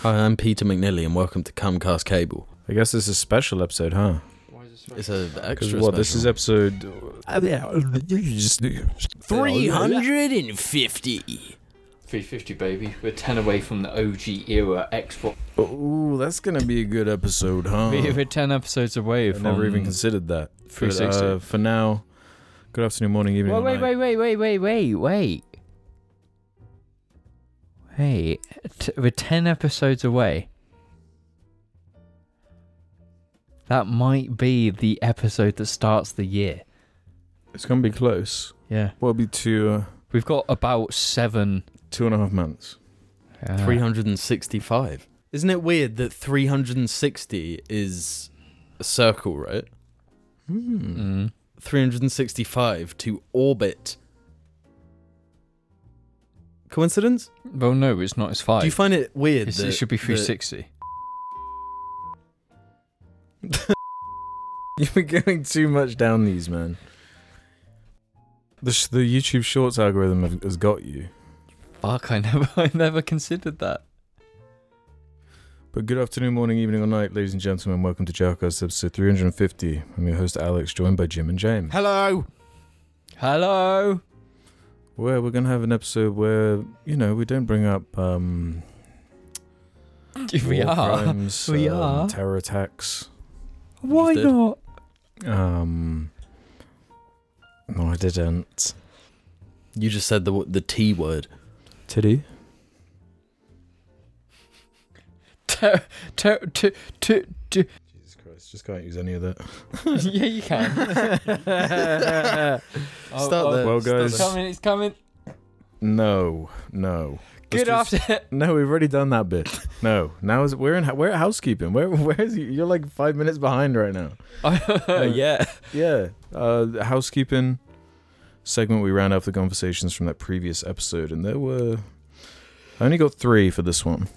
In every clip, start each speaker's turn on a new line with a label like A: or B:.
A: Hi, I'm Peter McNilly, and welcome to Comcast Cable.
B: I guess this is a special episode, huh?
C: Why is this
A: It's an
B: Because
A: extra.
B: what? This is episode. Uh, yeah, you just-
D: Oh,
A: and fifty.
C: 350, baby. We're 10 away from the OG era Xbox.
B: Ooh, that's gonna be a good episode, huh?
A: Oh.
D: We- We're 10 episodes away
B: I
D: from.
B: never even considered that. But,
D: 360.
B: uh, for now, good afternoon, morning, evening.
D: Wait, wait,
B: night.
D: wait, wait, wait, wait, wait, wait. Wait. T- we're 10 episodes away. That might be the episode that starts the year.
B: It's gonna be close.
D: Yeah.
B: Well, it'll be two, uh,
D: We've got about seven.
B: two and a half months.
D: Uh,
A: Three hundred and sixty-five. Isn't it weird that three hundred and sixty is a circle, right?
B: Hmm.
D: Mm.
A: Three hundred and sixty-five to orbit. Coincidence?
D: Well, no, it's not. It's five.
A: Do you find it weird?
D: It's-
A: that,
D: it should be
A: that-
D: 360.
B: You've been going too much down these, man. The sh- the YouTube Shorts algorithm have- has got you.
D: Fuck, I never, I never considered that.
B: But good afternoon, morning, evening, or night, ladies and gentlemen. Welcome to Jarcast episode 350. I'm your host Alex, joined by Jim and James.
A: Hello.
D: Hello.
B: Where we're gonna have an episode where you know we don't bring up um,
D: we
B: war
D: are.
B: crimes,
D: We
B: um,
D: are.
B: terror attacks.
D: Why
A: Just did.
D: not?
B: Um, no, I didn't.
A: You just said the w- the T word.
B: Titty.
D: Ter- ter- ter- ter- ter-
B: Jesus Christ, just can't use any of that.
D: yeah, you can. Oh,
A: Oh, Start there.
B: Well,
A: start
B: guys,
D: It's
A: there.
D: coming, it's coming.
B: No, no. Let's
D: Good
B: do-
D: after.
B: No, we've already done that bit. No, now is we're in we're at housekeeping. Where where is you? You're like five minutes behind right now.
A: Oh yeah.
B: Yeah, uh, the housekeeping segment. We round off the conversations from that previous episode, and there were. I only got three for this one,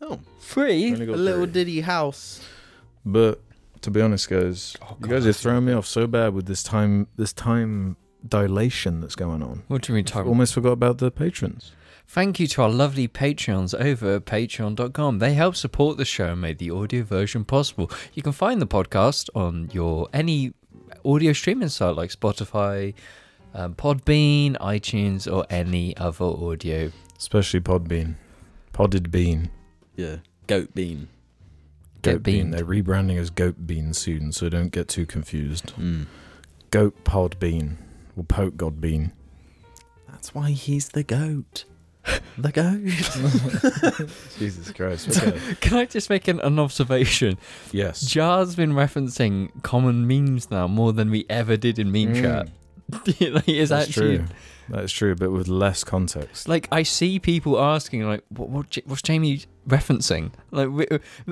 A: Oh,
B: I
D: Free.
B: only got three.
A: ditty house.
B: but to be honest, guys,
D: Oh,
B: you
D: God,
B: guys are
D: that's
B: throwing me off so bad with this time this time dilation that's going on.
D: What do you mean,
B: I
D: Tyrone?
B: almost forgot about the patrons.
D: Thank you to our lovely Patreons over at patreon.com. They help support the show and make the audio version possible. You can find the podcast on your any audio streaming site like Spotify, um, Podbean, iTunes, or any other audio.
B: Especially Podbean. Podded Bean.
A: Yeah. Goat bean.
D: Get
B: Goat Bean.
D: beamed.
B: They're rebranding as Goat Bean soon, so don't get too confused.
A: Mm.
B: Goat Pod Bean. Or Poke God Bean.
A: That's why he's the goat. The goat.
B: Jesus Christ. Okay.
D: Can I just make an, an observation?
B: yes.
D: Jar's been referencing common memes now more than we ever did in meme
B: Mm.
D: chat. like, it's
B: That's
D: actually
B: true. That's true, but with less context.
D: like I see people asking like, what, what J- what's Jamie referencing? Like we,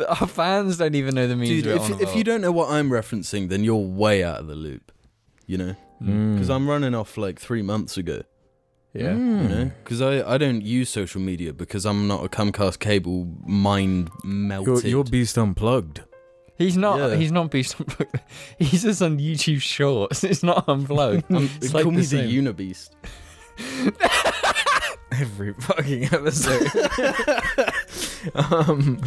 D: our fans don't even know the memes.
A: Dude,
D: we're
A: if,
D: on
A: if you don't know what I'm referencing, then you're way out of the loop. You know?
D: Mm.
B: Hmm.
A: Because I'm running off like three months ago.
B: Mm.
D: yeah,
A: You know? Because I, I don't use social media because I'm not a Comcast cable mind
B: You're,
A: melted.
B: you're Beast Unplugged.
D: he's not
A: Yeah.
D: he's not beast unplugged. He's just on YouTube Shorts. It's not unplugged.
A: I'm-
D: it's
A: call
D: like
A: me
D: the
A: the
D: same.
A: Unibeast.
B: Every fucking episode. um,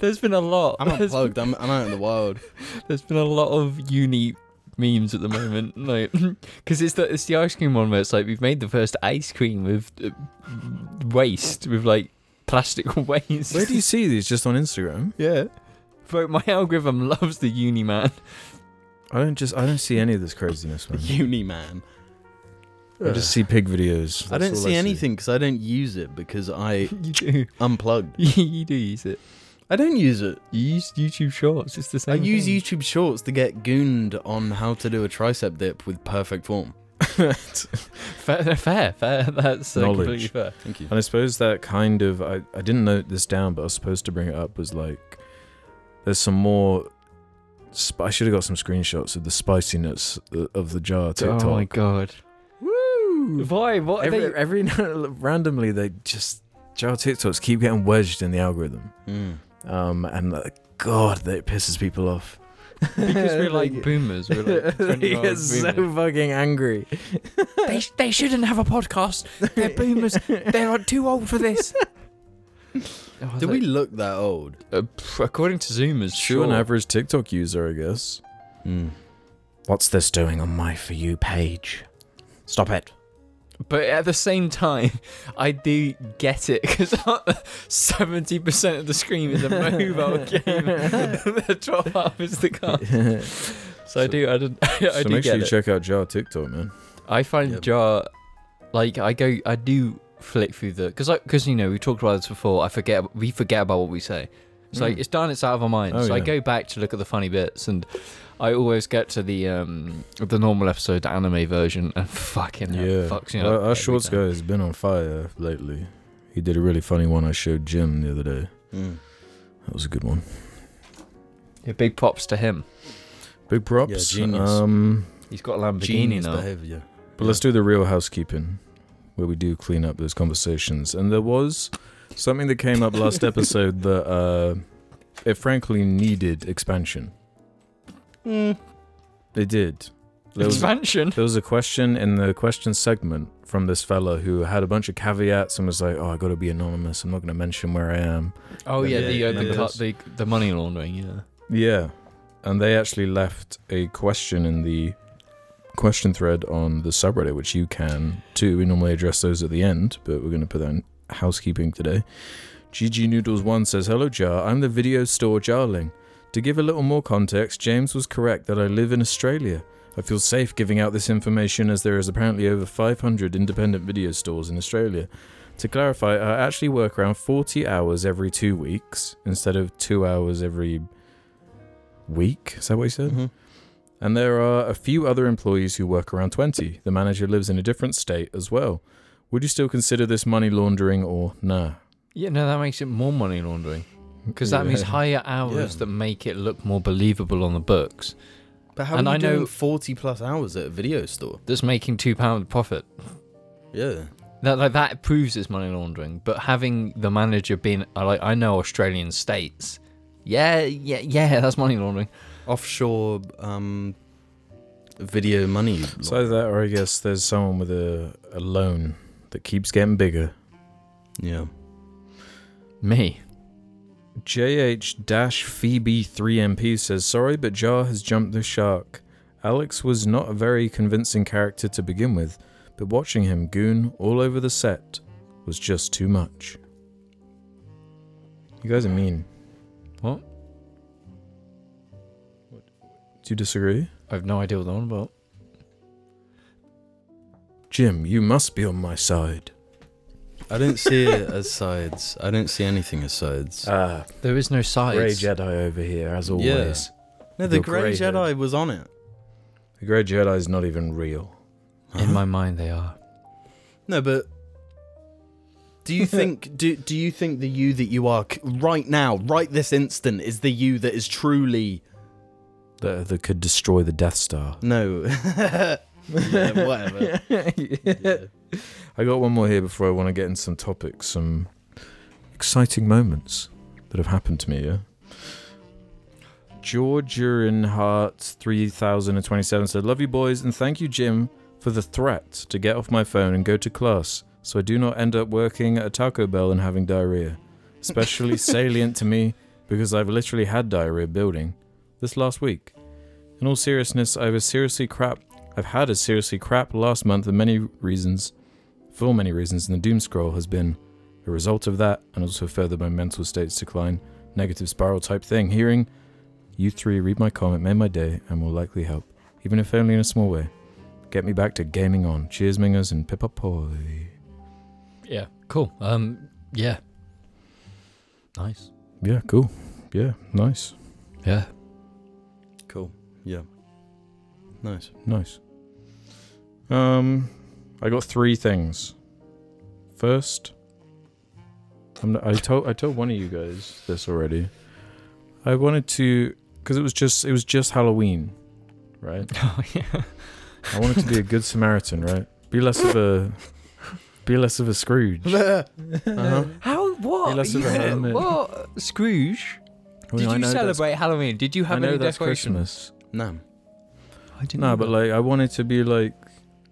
D: There's been a lot.
A: I'm
D: There's-
A: unplugged. I'm, I'm out in the wild.
D: There's been a lot of uni memes at the moment, like because it's the it's the ice cream one where it's like we've made the first ice cream with uh, waste with like plastic waste.
B: where do you see these? Just on Instagram?
D: yeah, but my algorithm loves the uni man.
B: I don't just I don't see any of this craziness, man.
A: Uni man.
B: I just see pig videos.
A: I
B: That's
A: don't
B: all
A: see anything because I don't use it because I
D: you do
A: unplugged.
D: you do use it.
A: I don't use it.
D: You use YouTube Shorts. It's the
A: I
D: same.
A: use
D: thing.
A: YouTube Shorts to get gooned on how to do a tricep dip with perfect form.
D: Fair, fair, fair. That's uh,
B: Knowledge.
D: completely fair.
A: Thank you.
B: And I suppose that kind of I, I didn't note this down, but I was supposed to bring it up was like there's some more. Sp- I should have got some screenshots of the spiciness o- of the jar TikTok.
D: Oh my god.
B: Woo!
D: Why? What? are
B: Every,
D: they-
B: every now- randomly they just jar TikToks keep getting wedged in the algorithm,
A: Mm.
B: um, and uh, God, that pisses people off.
D: because we're like boomers. We're like 20-year-old
B: They get so
D: boomers. Oh,
B: fucking angry.
D: they, they shouldn't have a podcast. They're boomers. They are too old for this. Oh,
A: Did
D: that-
A: we look that old?
D: uh, pff, according to Zoomers,
B: Sure,
D: sure.
B: an average TikTok user, I guess. What's this doing on my For You page? Stop it.
D: But at the same time, I do get it because seventy percent of the screen is a mobile game. the top half is the car.
B: so
D: So I do. I, did, I, I
B: make sure
D: do get
B: you
D: it.
B: check out Jar TikTok, man.
D: I find
A: Yep.
D: Jar, like I go, I do flick through the because because you know we talked about this before. I forget we forget about what we say. It's like
B: Mm.
D: it's done. It's out of our mind.
B: Oh,
D: so I
B: yeah.
D: go back to look at the funny bits, and I always get to the um the normal episode anime version, and fucking hell,
B: yeah,
D: fucks me
B: Our-
D: up
B: our
D: every
B: shorts
D: time.
B: guy has been on fire lately. He did a really funny one I showed Jim the other day.
A: Hmm.
B: That was a good one.
D: Yeah, big props to him.
B: Big props.
A: genius.
B: Um,
D: He's got a Lamborghini
A: Genius
D: now.
A: behavior.
B: But let's do the real housekeeping, where we do clean up those conversations. And there was something that came up last episode that uh, it frankly needed expansion. It did. There was,
D: Expansion.
B: there was a question in the question segment from this fella who had a bunch of caveats and was like, "Oh, I got to be anonymous. I'm not going to mention where I am."
D: Oh yeah,
A: Yeah,
D: the, uh, the,
A: yeah,
D: cut
A: yes.
D: the the money laundering. Yeah.
B: Yeah, and they actually left a question in the question thread on the subreddit, which you can too. We normally address those at the end, but we're going to put that in housekeeping today. GG Noodles One says, "Hello, Jar. I'm the video store Jarling. To give a little more context, James was correct that I live in Australia." I feel safe giving out this information as there is apparently over 500 independent video stores in Australia. To clarify, I actually work around 40 hours every two weeks instead of two hours every week. Is that what he said?
D: Mm-hmm.
B: And there are a few other employees who work around 20. The manager lives in a different state as well. Would you still consider this money laundering or nah?
D: Yeah, no, that makes it more money laundering because that means
B: Yeah.
D: higher hours
A: Yeah.
D: that make it look more believable on the books.
A: But how
D: And
A: are you
D: I know-
A: doing 40 plus hours at a video store?
D: That's making two pound profit.
A: Yeah.
D: That like that proves it's money laundering. But having the manager being I like I know Australian states, yeah, yeah, yeah, that's money laundering.
A: Offshore um, video money.
B: So either that, or I guess there's someone with a, a loan that keeps getting bigger.
A: yeah.
D: Me,
B: JH Phoebe 3MP says, Sorry, but Jar has jumped the shark. Alex was not a very convincing character to begin with, but watching him goon all over the set was just too much. You guys are mean.
D: What?
B: Do you disagree?
D: I've no idea what they're on about.
B: Jim, you must be on my side.
A: I don't see it as sides. I don't see anything as
D: Uh,
A: sides.
B: Ah,
D: There is no sides.
B: over here, as
A: always. no, the
B: your
A: Grey
B: grey head.
A: Jedi was on it.
B: The Grey Jedi is not even real.
A: Uh-huh.
D: In my mind, they are.
A: No, but do you think do do you think the you that you are c- right now, right this instant, is the you that is truly
B: That, that could destroy the Death Star.
A: no? yeah, whatever.
B: I got one more here before I want to get into some topics, some exciting moments that have happened to me, yeah? George Hart 3027 said, Love you, boys, and thank you, Jim, for the threat to get off my phone and go to class so I do not end up working at a Taco Bell and having diarrhea. Especially salient to me because I've literally had diarrhea building this last week. In all seriousness, I was seriously crap. I've had a seriously crap last month for many reasons, for many reasons, and the doom scroll has been a result of that, and also further my mental state's decline, negative spiral type thing. Hearing you three read my comment made my day and will likely help, even if only in a small way. Get me back to gaming on. Cheers, Mingers, and Pippa Poi.
D: Yeah, cool. Um, yeah, nice.
B: Yeah, cool. Yeah, nice,
D: Yeah,
A: Cool. Yeah. Nice.
B: nice. Um, I got three things. First, I'm not, I told I told one of you guys this already. I wanted to because it was just it was just Halloween, right?
D: oh, yeah.
B: I wanted to be a good Samaritan, right? Be less of a be less of a Scrooge.
A: Uh-huh.
D: How? What?
B: He loves
D: You-
B: the Halloween.
D: what? Scrooge?
B: Well,
D: Did
B: I
D: you
B: know that's-
D: celebrate Halloween? Did you have
B: I know
D: any
B: that's
D: decorations?
B: Christmas.
A: No.
D: I didn't
B: No,
D: know
B: but
D: that.
B: like I wanted to be like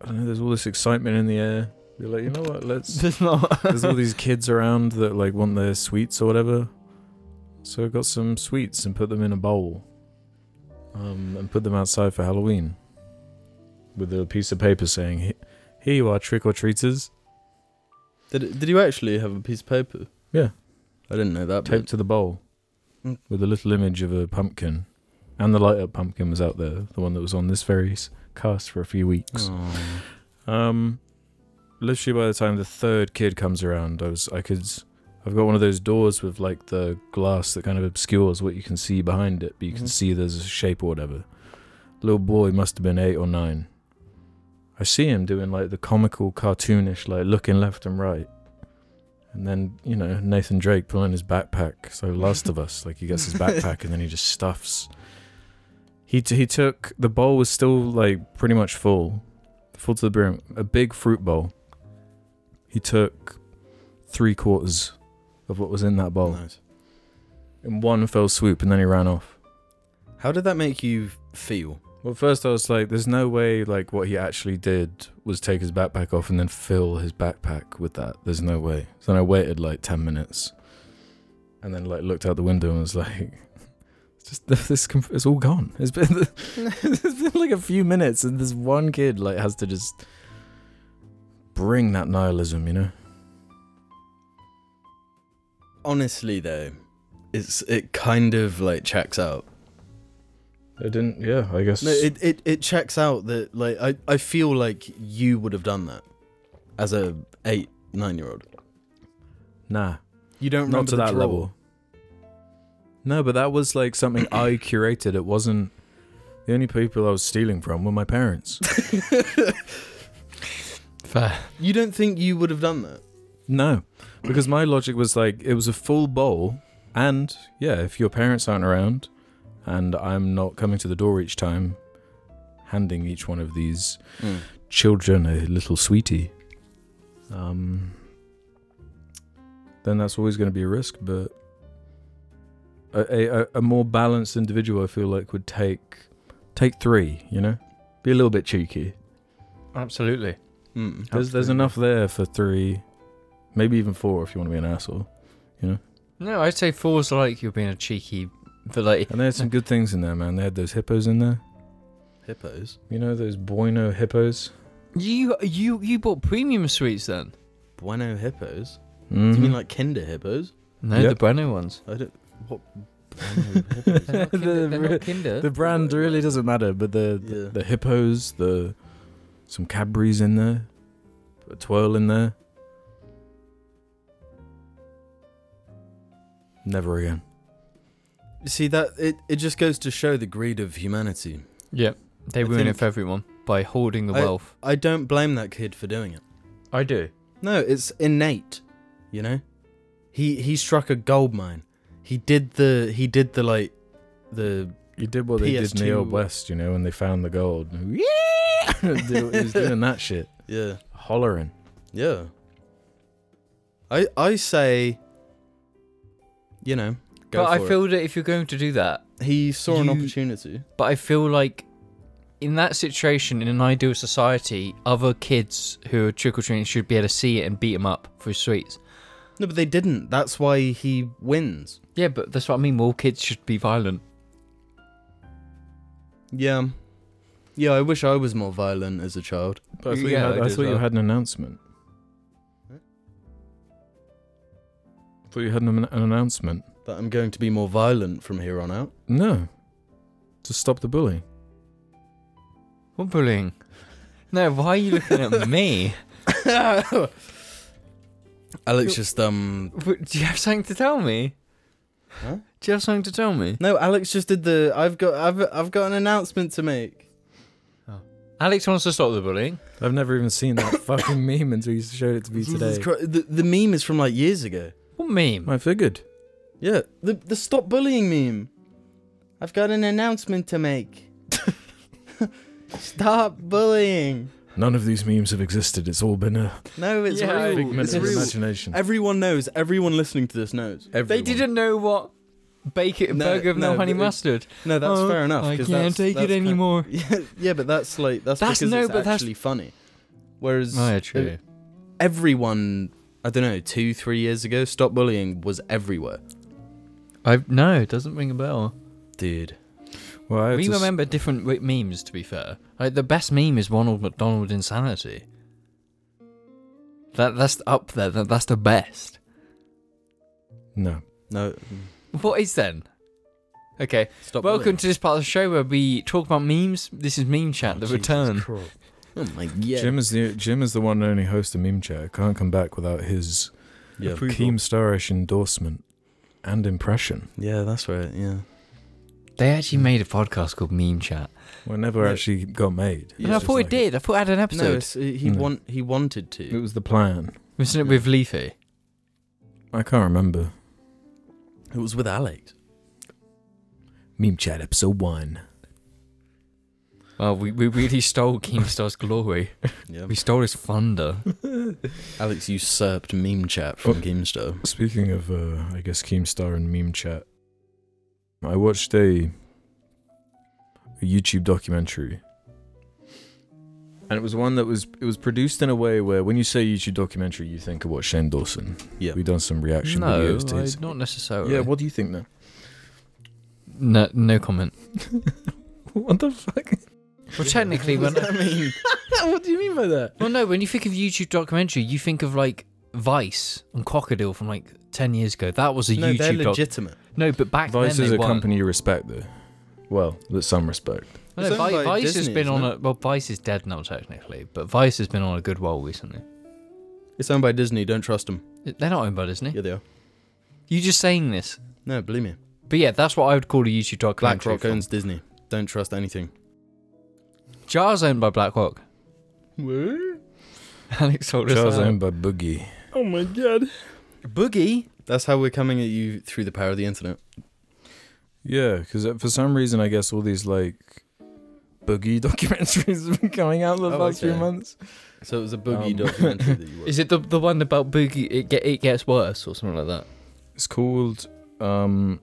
B: I don't know. There's all this excitement in the air. You're like, you know what? Let's.
A: There's not.
B: There's all these kids around that like want their sweets or whatever. So I got some sweets and put them in a bowl, um, and put them outside for Halloween. With a piece of paper saying, "He- "Here you are, trick or treaters."
A: Did, did you actually have a piece of paper?
B: Yeah.
A: I didn't know that.
B: taped
A: But
B: to the bowl
A: Mm.
B: with a little image of a pumpkin. And the light up pumpkin was out there, the one that was on this very s- cast for a few weeks.
A: Aw.
B: Um, literally, by the time the third kid comes around, I was I could s- I've got one of those doors with like the glass that kind of obscures what you can see behind it, but you can
A: Mhm.
B: see there's a shape or whatever. Little boy must have been eight or nine. I see him doing like the comical, cartoonish, like looking left and right. And then, you know, Nathan Drake pulling his backpack. So Last of Us, like he gets his backpack and then he just stuffs. He, t- he took, the bowl was still like pretty much full, full to the brim, a big fruit bowl. He took three quarters of what was in that bowl
A: Nice.
B: in one fell swoop and then he ran off.
A: How did that make you feel?
B: Well, first I was like, there's no way like what he actually did was take his backpack off and then fill his backpack with that. There's no way. So then I waited like 10 minutes and then like looked out the window and was like, it's just this, com- it's all gone. It's been, it's been like a few minutes and this one kid like has to just bring that nihilism, you know?
A: Honestly, though, it's it kind of like checks out.
B: I didn't, yeah, I guess.
A: No, it, it, it checks out that like I, I feel like you would have done that as a eight nine year old.
B: nah.
A: You don't remember
B: not to
A: the
B: that
A: draw.
B: level. No, but that was like something I curated. It wasn't the only people I was stealing from were my parents.
D: Fair.
A: You don't think you would have done that?
B: no, because my logic was like it was a full bowl, and yeah, if your parents aren't around, and I'm not coming to the door each time, handing each one of these children a little sweetie, um, then that's always going to be a risk. But a, a, a more balanced individual, I feel like, would take take three. You know, be a little bit cheeky.
D: Absolutely.
A: Mm.
B: There's there's
D: Absolutely.
B: enough there for three, maybe even four if you want to be an asshole.
D: No, I'd say four's like you're being a cheeky, but like
B: And they had some good things in there, man. They had those hippos in there.
A: Hippos.
B: You know those bueno hippos.
D: you you you bought premium sweets then.
A: Bueno hippos.
B: Mm-hmm.
A: Do you mean like Kinder hippos?
D: No,
B: Yep.
D: the Breno ones.
A: I don't. What? Bueno hippos?
D: They're not
B: The
D: Kinder. they're
B: re-
D: not Kinder.
B: the brand really doesn't matter, but the the,
A: Yeah.
B: the hippos, the some Cadbury's in there, a twirl in there. Never again.
A: See that it, it just goes to show the greed of humanity.
D: Yep. They
A: I
D: ruin it
A: think-
D: for everyone by hoarding the
A: I-
D: wealth.
A: I don't blame that kid for doing it.
D: I do.
A: No, it's innate, you know. He he struck a gold mine. He did the he did the like the
B: You did what they did in the
A: PS2.
B: old west, you know, when they found the gold. He was doing that shit,
A: yeah
B: hollering.
A: yeah. I I say, you know, go
D: but
A: for
D: I
A: it.
D: feel that if you're going to do that,
A: he saw an
D: you-
A: opportunity.
D: but I feel like in that situation, in an ideal society, other kids who are trick or treating should be able to see it and beat them up for sweets.
A: No, but they didn't. That's why he wins.
D: Yeah, but that's what I mean. All kids should be violent.
A: Yeah, yeah. I wish I was more violent as a child.
B: But I thought,
D: Yeah,
B: you,
D: I
B: had, I
D: did
B: thought you
D: that.
B: had an announcement.
A: Huh?
B: I thought you had an, an announcement.
A: That I'm going to be more violent from here on out.
B: No, to stop the bullying.
D: What bullying? No, why are you looking at me?
A: Alex just um
D: W- Do you have something to tell me?
A: Huh?
D: Do you have something to tell me?
A: no Alex just did the I've got I've I've got an announcement to make.
D: Alex wants to stop the bullying.
B: I've never even seen that fucking meme until you showed it to me
A: Jesus
B: today.
A: Christ, the, the meme is from like years ago.
D: What meme?
B: I figured.
A: Yeah, the the stop bullying meme. I've got an announcement to make. Stop bullying.
B: None of these memes have existed. It's all been a
A: No, it's
D: Yeah, I
A: real.
D: think
B: figment
A: It's
B: of
D: it's-
A: real.
B: imagination.
A: Everyone knows. Everyone listening to this knows.
D: They didn't know what bacon
A: No,
D: burger of no,
A: no,
D: honey
A: but it-
D: mustard.
A: No, that's
D: Oh,
A: fair enough.
D: I
A: 'cause
D: can't
A: that's-
D: take
A: that's
D: it
A: kind-
D: anymore.
A: Yeah, yeah, but that's like that's,
D: That's
A: because
D: no,
A: it's
D: but that's-
A: actually funny. Whereas
D: Oh, yeah,
A: it-
D: true.
A: everyone, I don't know, two, three years ago, stop bullying was everywhere.
D: I no, it doesn't ring a bell.
A: Dude.
B: Well, I had
D: We
B: to s-
D: remember different w- memes. To be fair, like the best meme is Ronald McDonald insanity. That that's up there. That, that's the best.
B: No.
A: No, mm,
D: What is then? Okay,
A: stop
D: welcome to this part of the show where we talk about memes. This is Meme Chat, the return.
A: bullying. Oh my god.
B: Jim is the Jim is the one and only host of Meme Chat. Can't come back without his
A: yeah.
B: Keemstarish endorsement and impression.
A: Yeah, that's right. Yeah.
D: They actually made a podcast called Meme Chat.
B: Well, it never
A: Yeah.
B: actually got made.
D: And
B: It's
D: I
B: just
D: thought
B: like
D: it did. I thought I had an
A: No,
D: episode. Mm.
A: it's, he
B: No.
A: want he wanted
B: It,
A: to.
B: was the plan.
D: Wasn't it with Leafy?
B: I can't remember.
A: It was with Alex.
B: Meme Chat episode one.
D: Well, we, we really stole Keemstar's glory.
A: Yeah.
D: We stole his thunder.
A: Alex usurped meme chat
B: Oh.
A: from Keemstar.
B: Speaking of, uh, I guess Keemstar and Meme Chat, I watched a, a YouTube documentary, and it was one that was it was produced in a way where when you say YouTube documentary, you think of what Shane Dawson.
A: Yeah.
B: we done some reaction
D: no,
B: videos to.
D: I-
B: his-
D: not necessarily.
B: Yeah, what do you think then?
D: No, no comment.
B: What the fuck?
D: Well, technically, when
A: I mean,
B: what do you mean by that?
D: well, no, when you think of YouTube documentary, you think of like Vice and Crocodile from like ten years ago. That was a
A: no, they're
D: YouTube. Doc-
A: legitimate.
D: no, but back
B: Vice
D: then
B: is
D: they
B: a
D: weren't.
B: company you respect, though. Well, that some respect.
D: No,
A: It's owned
D: Vi-
A: by
D: Vice has
A: Disney,
D: been on
A: isn't
D: a well. Vice is dead now technically, but Vice has been on a good roll recently.
A: It's owned by Disney. Don't trust them.
D: They're not owned by Disney.
A: Yeah, they are.
D: You're just saying this,
A: No, believe me.
D: but yeah, that's what I would call a YouTube documentary.
A: BlackRock
D: from-
A: owns Disney. Don't trust anything.
D: Jar's owned by BlackRock. Alex told us
B: Charles
D: that.
B: owned by Boogie.
A: Oh my god.
D: Boogie.
A: That's how we're coming at you through the power of the internet.
B: Yeah, because for some reason, I guess all these like Boogie documentaries have been coming out the
A: Oh,
B: last few
A: okay.
B: months.
A: So it was a boogie
B: Um,
A: documentary that you watched.
D: Is it the the one about Boogie? It get it gets worse or something like that.
B: It's called um,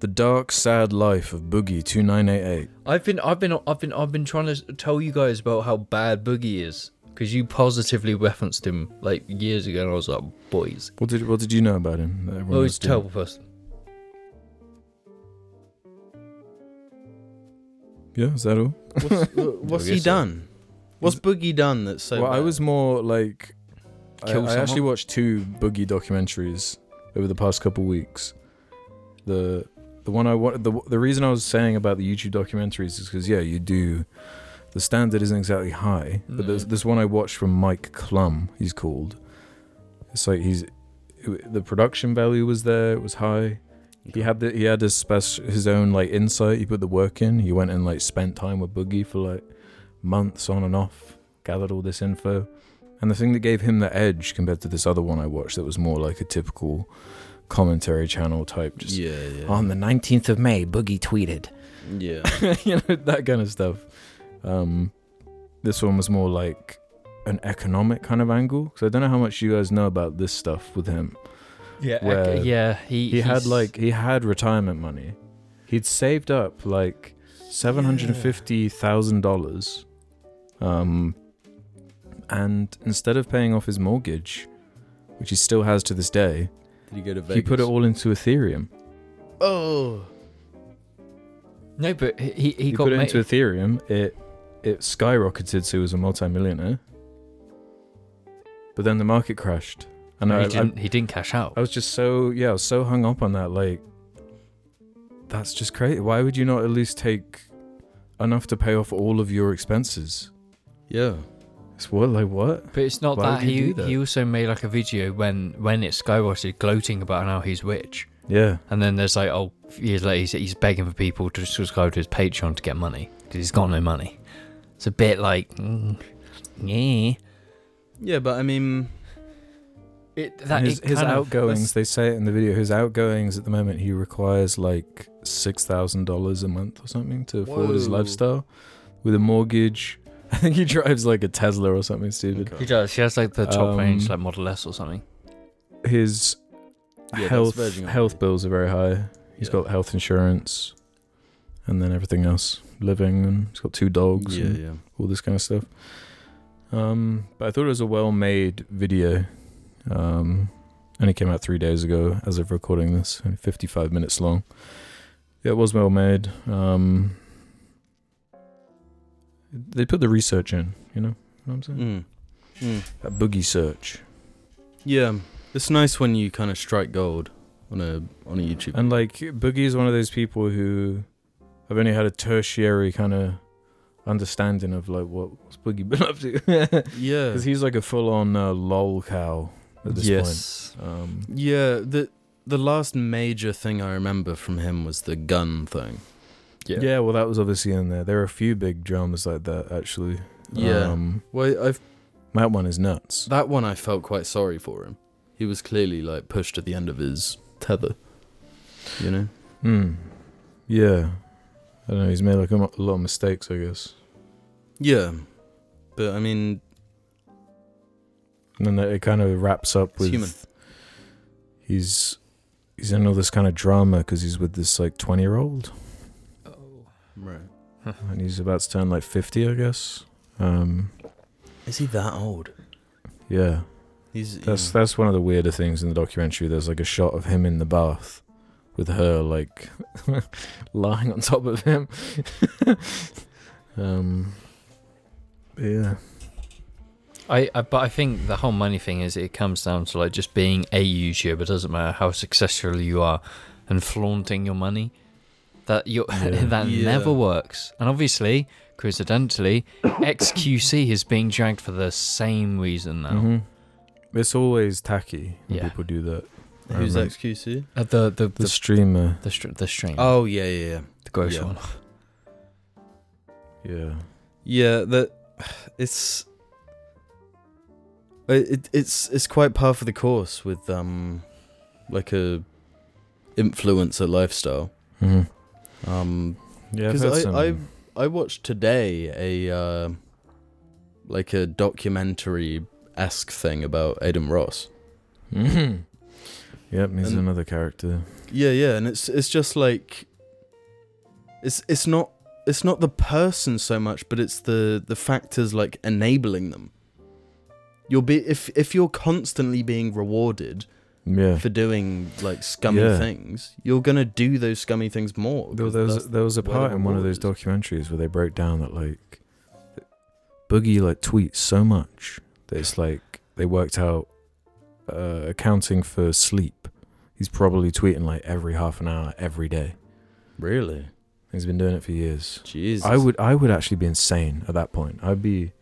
B: "The Dark Sad Life of Boogie 2988."
D: I've been I've been I've been I've been trying to tell you guys about how bad Boogie is because you positively referenced him like years ago, and I was like, boys,
B: What did What did you know about him? that everyone
D: oh,
B: else
D: he's a
B: didn't?
D: terrible person.
B: Yeah, is that all?
A: What's, wh- what's
D: I
A: he
D: guess so.
A: done? What's Boogie done that's so
B: well, I
A: bad?
B: was more like I,
D: Kill
B: I
D: someone?
B: actually watched two Boogie documentaries over the past couple weeks. The the one I wa- the the reason I was saying about the YouTube documentaries is because yeah, you do. The standard isn't exactly high, but there's
D: No.
B: this one I watched from Mike Clum. He's called. It's like he's it- the production value was there. It was high. He had the, he had his special his own like insight. He put the work in. He went and like spent time with Boogie for like months on and off. Gathered all this info, and the thing that gave him the edge compared to this other one I watched that was more like a typical commentary channel type. Just
A: yeah, yeah,
B: on the nineteenth of May, Boogie tweeted
A: yeah.
B: you know that kind of stuff. Um, this one was more like an economic kind of angle because I don't know how much you guys know about this stuff with him.
D: Yeah,
B: Where
D: okay, yeah, he
B: He had
D: he's-
B: like he had retirement money. He'd saved up like seven hundred and fifty thousand dollars, um, and instead of paying off his mortgage, which he still has to this day,
A: Did he go to Vegas?
B: he put it all into Ethereum.
A: Oh,
D: no, but he he,
B: He,
D: got
B: put it
D: ma-
B: into Ethereum. It it skyrocketed, so he was a multimillionaire. But then the market crashed, and
D: no,
B: I,
D: he
B: I,
D: didn't he didn't cash out.
B: I was just so yeah, I was so hung up on that. Like, that's just crazy. Why would you not at least take enough to pay off all of your expenses?
A: yeah.
B: It's what like what?
D: But it's not
B: Why
D: that
B: would you
D: he
B: do that?
D: he also made like a video when when it skyrocketed, gloating about how he's rich,
B: Yeah,
D: and then there's like oh years later he's, he's begging for people to subscribe to his Patreon to get money because he's got no money. It's a bit like mm, yeah.
A: Yeah, but I mean,
D: It that
B: his,
D: it
B: his
D: kind of-
B: outgoings. They say it in the video. His outgoings at the moment, he requires like six thousand dollars a month or something to afford his
A: Whoa.
B: lifestyle, with a mortgage. I think he drives like a Tesla or something stupid.
D: He does. She has like the top
B: Um,
D: range, like Model S or something.
B: His
A: Yeah, that's
B: health
A: verging on
B: health
A: weird.
B: bills are very high. He's
A: Yeah.
B: got health insurance, and then everything else, living, and he's got two dogs
A: yeah,
B: and
A: yeah.
B: all this kind of stuff. Um, but I thought it was a well-made video. Um, and it came out three days ago as of recording this, and 55 minutes long. Yeah, it was well made. Um, they put the research in, you know what I'm saying?
A: Mm. Mm.
B: That boogie search.
A: Yeah, it's nice when you kind of strike gold on a on a YouTube.
B: And like Boogie is one of those people who I've only had a tertiary kind of understanding of like what, what's Boogie been up to
A: yeah,
B: because he's like a full-on uh, lol cow at this
A: yes,
B: point. Um,
A: yeah. The the last major thing I remember from him was the gun thing.
B: yeah. well, that was obviously in there. There are a few big dramas like that actually.
A: Yeah.
B: um,
A: Well, I've
B: that one is nuts.
A: that one I felt quite sorry for him. He was clearly like pushed to the end of his tether. You know.
B: Hmm. Yeah, I don't know. He's made like a mo- a lot of mistakes, I guess.
A: Yeah, but I mean,
B: And then it kind of wraps up
A: it's
B: with
A: human.
B: he's he's in all this kind of drama because he's with this like twenty year old
D: Oh.
A: Right.
B: and he's about to turn like fifty, I guess. Um,
A: Is he that old?
B: yeah,
A: He's
B: that's
A: yeah.
B: that's one of the weirder things in the documentary. There's like a shot of him in the bath with her like lying on top of him. um, but yeah,
D: I, I but I think the whole money thing is it comes down to like just being a YouTuber. It doesn't matter how successful you are, and flaunting your money. That you
B: Yeah.
D: that
A: Yeah.
D: never works. And obviously, coincidentally, XQC is being dragged for the same reason now.
B: Mhm. it's always tacky when
D: Yeah.
B: people do that. I
A: who's
B: remember.
A: XQC?
D: Uh, the the
B: The
D: the
B: streamer,
D: the, str- the stream,
A: Oh yeah, yeah, yeah.
D: the gross
A: yeah.
D: one.
B: yeah.
A: Yeah, that it's it, it's it's quite par for the course with um like a influencer lifestyle.
B: Mhm.
A: Um,
B: Yeah, I've
A: because
B: heard
A: I,
B: some-
A: I I watched today a uh, like a documentary esque thing about Adam Ross.
B: Mhm. Yep, he's
A: And-
B: another character.
A: Yeah, yeah, and it's it's just like it's it's not it's not the person so much, but it's the the factors like enabling them. You'll be if if you're constantly being rewarded
B: Yeah.
A: for doing like scummy
B: Yeah.
A: things, you're gonna do those scummy things more.
B: There,
A: 'cause
B: there was
A: that's-
B: there was a
A: where
B: part
A: the
B: in one of those
A: reward
B: documentaries where they broke down that like Boogie like tweets so much that it's like they worked out uh, accounting for sleep. He's probably tweeting like every half an hour every day.
A: really,
B: He's been doing it for years.
A: Jesus.
B: I would I would actually be insane at that point. I'd be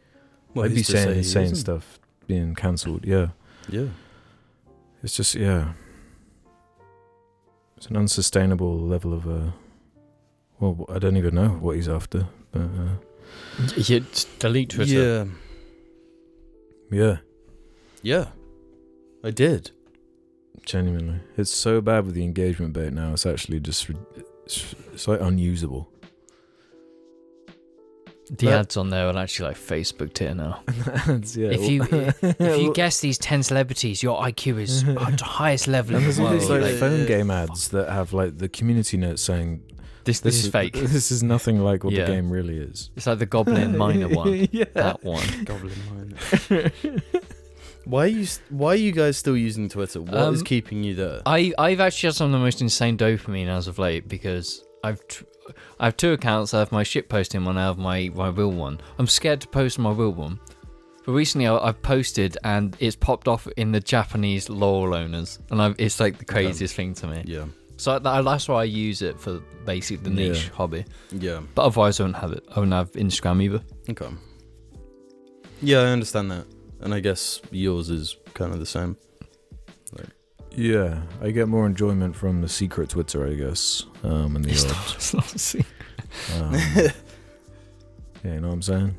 B: I'd be
A: who's to
B: saying
A: say he
B: insane
A: isn't?
B: stuff being cancelled. Yeah.
A: Yeah,
B: It's just yeah. It's an unsustainable level of uh. Well, I don't even know what he's after, but uh,
D: You delete Twitter.
A: yeah,
B: yeah,
A: yeah. I did.
B: genuinely, it's so bad with the engagement bait now. It's actually just re- it's, it's like unusable.
D: The
A: But-
D: ads on there are actually like Facebook tier now.
B: yeah.
D: If you- If you guess these ten celebrities, your IQ is at the highest level
B: and
D: in
B: there's
D: the
B: all
D: world.
B: these like,
A: Yeah,
D: Like,
A: yeah,
B: phone
A: yeah.
B: game ads that have like the community note saying
D: this, this is fake.
B: This is nothing like what
D: Yeah.
B: the game really is.
D: It's like the Goblin Miner one.
B: yeah.
D: That one.
A: Goblin why are you s- Why are you guys still using Twitter? What is
D: Um,
A: keeping you there?
D: I I've actually had some of the most insane dopamine as of late because I've tr- I have two accounts. I have my shit posting one. I have my my real one. I'm scared to post my real one, but recently I, I've posted and it's popped off in the Japanese laurel owners, and I've, it's like the craziest thing to me.
A: yeah,
D: So that, that's why I use it for basically the niche
B: Yeah.
D: hobby.
A: yeah.
D: But otherwise, I wouldn't have it. I wouldn't have Instagram either.
A: Okay. Yeah, I understand that, and I guess yours is kind of the same.
B: Yeah, I get more enjoyment from the secret Twitter, I guess, um, and the
D: It's
B: odd.
D: not, it's not a secret.
B: Um, yeah, you know what I'm saying?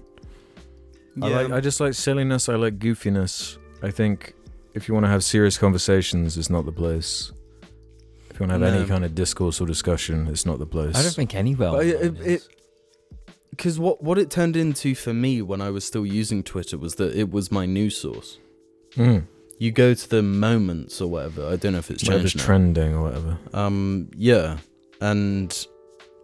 B: I,
A: Yeah.
B: like, I just like silliness. I like goofiness. I think if you want to have serious conversations, it's not the place. If you want to have
A: No.
B: any kind of discourse or discussion, it's not the place.
D: I don't think any well.
A: But it- it- Because what what it turned into for me when I was still using Twitter was that it was my news source.
B: Mm.
A: You go to the moments or whatever. I don't know if it's
B: Whatever's
A: changed now.
B: trending or whatever.
A: Um, yeah, and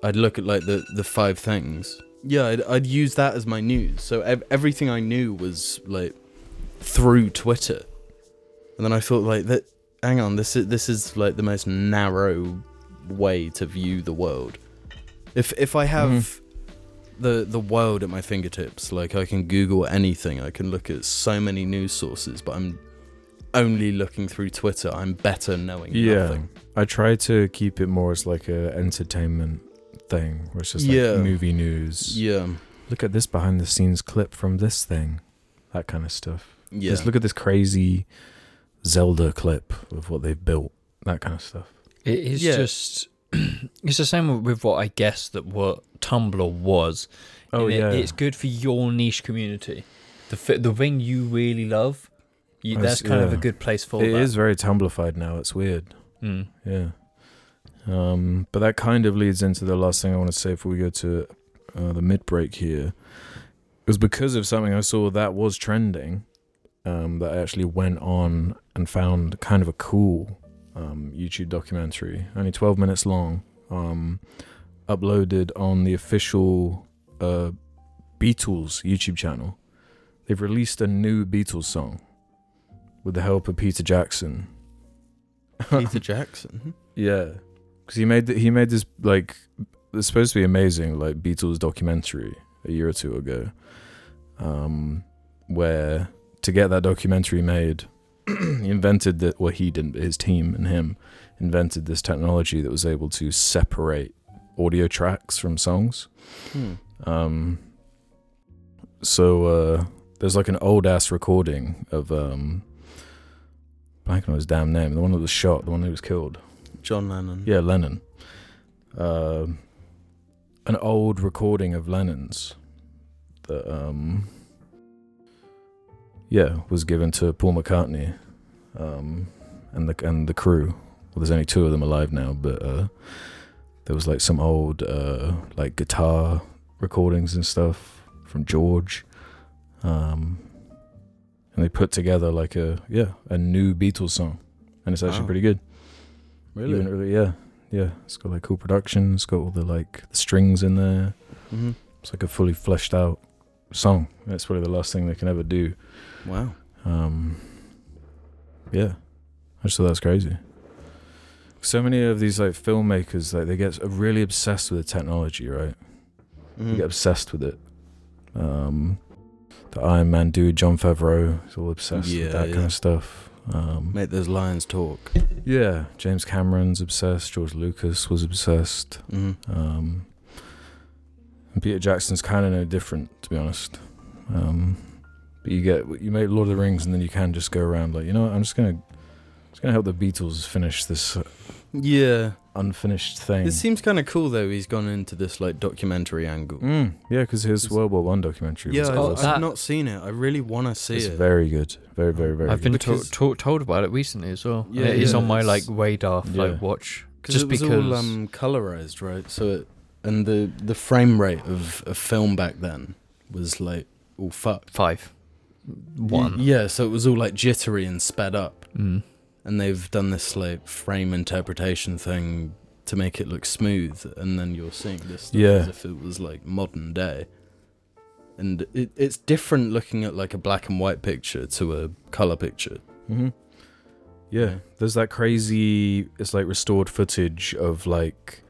A: I'd look at like the the five things, yeah, I'd, I'd use that as my news. So ev- everything I knew was like through Twitter, and then I thought like that. Hang on, this is this is like the most narrow way to view the world. If if I have the the world at my fingertips, like I can Google anything, I can look at so many news sources, but I'm only looking through Twitter. I'm better knowing
B: Yeah,
A: nothing.
B: I try to keep it more as like a entertainment thing, where it's just like
A: Yeah.
B: movie news.
A: Yeah,
B: Look at this behind the scenes clip from this thing, that kind of stuff.
A: yeah.
B: Just look at this crazy Zelda clip of what they've built, that kind of stuff.
D: It is
A: Yeah.
D: just. it's the same with what I guess that what Tumblr was.
B: Oh
D: in it,
B: yeah,
D: it's good for your niche community, the fi- the thing you really love. You,
B: I
D: that's
B: see,
D: kind of a
B: yeah.
D: good place for
B: it
D: that.
B: is very Tumblified now. It's weird.
D: Mm.
B: Yeah. Um, but that kind of leads into the last thing I want to say before we go to uh, the mid break here. It was because of something I saw that was trending um, that I actually went on and found kind of a cool um, YouTube documentary, only 12 minutes long, um, uploaded on the official uh, Beatles YouTube channel. They've released a new Beatles song with the help of Peter Jackson.
A: Peter Jackson.
B: Yeah, because he made th- he made this like it's supposed to be amazing like Beatles documentary a year or two ago, um, where to get that documentary made, he invented that. Well, he didn't, but his team and him invented this technology that was able to separate audio tracks from songs.
A: Hmm.
B: Um, so uh, there's like an old ass recording of um, blanking on his damn name, the one that was shot, the one that was killed.
A: John Lennon.
B: Yeah, Lennon. Um an old recording of Lennon's that, um, yeah, was given to Paul McCartney um, and the and the crew. Well, there's only two of them alive now, but uh, there was like some old uh, like guitar recordings and stuff from George, um, and they put together like a yeah a new Beatles song, and it's actually
A: Wow.
B: pretty good. You
A: really.
B: wouldn't really, yeah, yeah. It's got like cool production. It's got all the like the strings in there.
A: hmm
B: It's like a fully fleshed out song. That's probably the last thing they can ever do.
A: Wow.
B: Um, yeah, I just thought that was crazy. So many of these like filmmakers, like they get really obsessed with the technology, right? They
A: Mhm.
B: get obsessed with it. Um, the Iron Man dude, John Favreau, is all obsessed
A: Yeah,
B: with that
A: yeah.
B: kind of stuff. Um,
A: Make those lions talk.
B: yeah, James Cameron's obsessed. George Lucas was obsessed.
A: Mhm.
B: Um, and Peter Jackson's kind of no different, to be honest. Um, but you get you make Lord of the Rings, and then you can just go around like, you know, what, I'm just gonna just gonna help the Beatles finish this uh,
A: Yeah.
B: unfinished thing.
A: It seems kind of cool though. He's gone into this like documentary angle.
B: mm, yeah, because his
A: It's-
B: World War One documentary
A: Yeah,
B: was
A: I've,
D: Oh,
A: I've
B: awesome.
D: that-
A: not seen it. I really want to see
B: it's
A: it.
B: very good, very very very.
D: I've been
B: good.
D: to-
A: Because-
D: to- told about it recently as well.
A: Yeah,
D: it is
A: yeah,
D: on my like
A: it's-
D: radar for,
B: Yeah.
D: like watch.
A: 'Cause
D: Just
A: it was
D: because
A: all um, colorized, right? So it, and the the frame rate of a film back then was like all fucked.
D: five, one.
A: Y- yeah, so it was all like jittery and sped up,
D: Mm.
A: and they've done this like frame interpretation thing to make it look smooth, and then you're seeing this stuff
B: Yeah.
A: as if it was like modern day. And it, it's different looking at like a black and white picture to a color picture.
B: hmm Yeah, there's that crazy. It's like restored footage of like.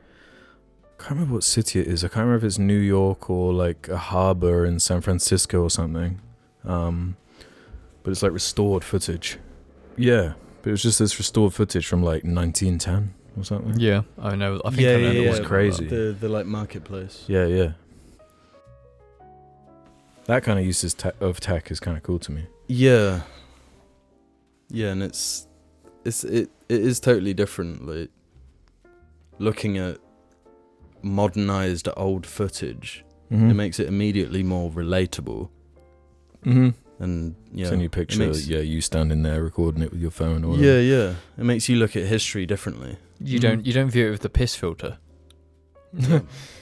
B: I can't remember what city it is. I can't remember if it's New York or like a harbor in San Francisco or something. Um, but it's like restored footage. Yeah, but it was just this restored footage from like 1910 or something.
D: Yeah, I know. I think
A: yeah,
D: I know
A: yeah,
D: the
A: yeah.
D: one.
B: It's crazy.
A: The the like marketplace.
B: yeah, yeah. That kind of uses te- of tech is kind of cool to me.
A: Yeah. Yeah, and it's it's it it is totally different. Like looking at modernized old footage,
B: Mm.
A: it makes it immediately more relatable.
B: mm-hmm.
A: And yeah,
B: Send you a picture.
A: makes-
B: Yeah, you standing there recording it with your phone or whatever.
A: yeah, yeah, it makes you look at history differently.
D: You don't you don't view it with the piss filter.
A: Hmm.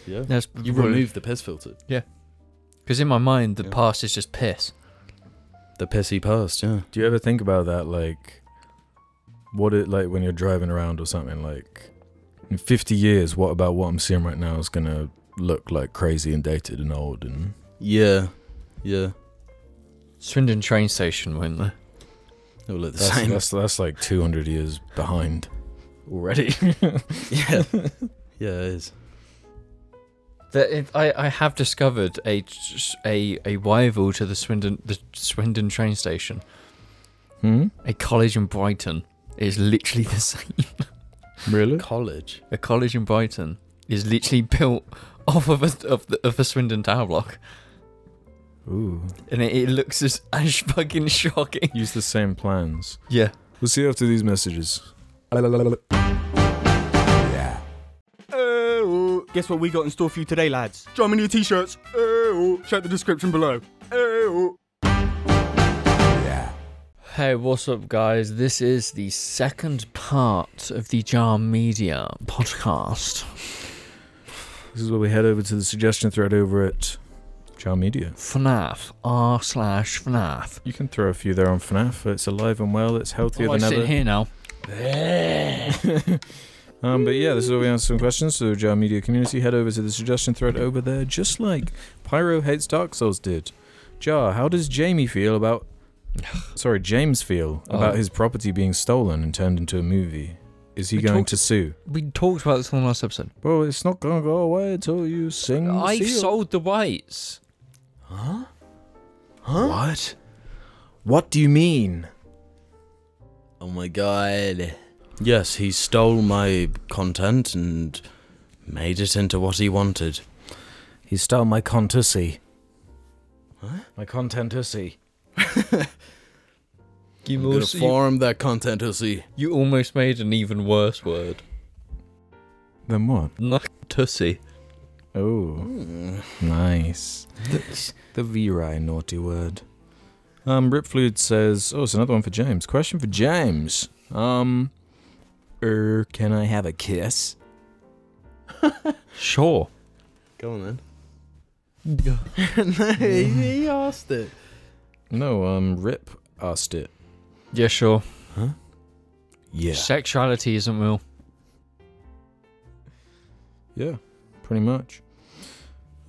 A: Yeah,
D: That's
A: you remove the piss filter,
D: because in my mind the
A: Yeah.
D: past is just piss.
A: the pissy past. Yeah,
B: Do you ever think about that? Like, what it like when you're driving around or something? Like, in 50 years, what about what I'm seeing right now is gonna look like crazy and dated and old and
A: Yeah, yeah.
D: Swindon train station, weren't there?
A: They all look the
B: that's,
A: same.
B: that's that's like 200 years behind already.
A: yeah, yeah, it is.
D: That if I, I have discovered a a a rival to the Swindon the Swindon train station.
B: hmm?
D: A college in Brighton is literally the same.
B: Really?
A: College.
D: A college in Brighton is literally built off of a of, the, of a Swindon tower block,
B: Ooh.
D: and it, it looks as, as fucking shocking.
B: Use the same plans.
D: Yeah.
B: We'll see you after these messages.
E: Oh, guess what we got in store for you today, lads? Draw me new t-shirts. Oh, check the description below. Oh.
D: Hey, what's up, guys? This is the second part of the Jar Media podcast.
B: This is where we head over to the suggestion thread over at Chow Media.
D: FNAF, r slash FNAF.
B: You can throw a few there on FNAF. It's alive and well. It's healthier
D: Oh, I
B: than
D: sit
B: ever.
D: here now.
B: um, but yeah, this is where we answer some questions. So, Jar Media community, head over to the suggestion thread over there, just like Pyro hates Dark Souls did. Jar, how does Jamie feel about? Sorry, James feel about
D: Oh.
B: his property being stolen and turned into a movie? Is he
D: We
B: going
D: talked-
B: to sue?
D: We talked about this on the last episode.
B: Well, it's not gonna go away until you sing.
D: I
B: seal.
D: sold the rights.
B: What? What do you mean?
A: Oh my god. Yes, he stole my content and made it into what he wanted.
B: He stole my contussy. What? My contentussy.
A: I'm
D: You
A: gonna
D: also, you,
A: farm that content, you see.
D: you almost made an even worse word.
B: Then what?
D: Nuck Tussie.
B: Oh,
A: Mm.
B: nice. The virai naughty word. Um, Rip Fluid says, "Oh, it's another one for James. Question for James. Um, er, can I have a kiss?
D: Sure.
A: Go on then. no, he, he asked it.
B: No. Um, Rip asked it.
D: Yeah, sure.
B: Yeah.
D: Sexuality isn't real.
B: Yeah, pretty much.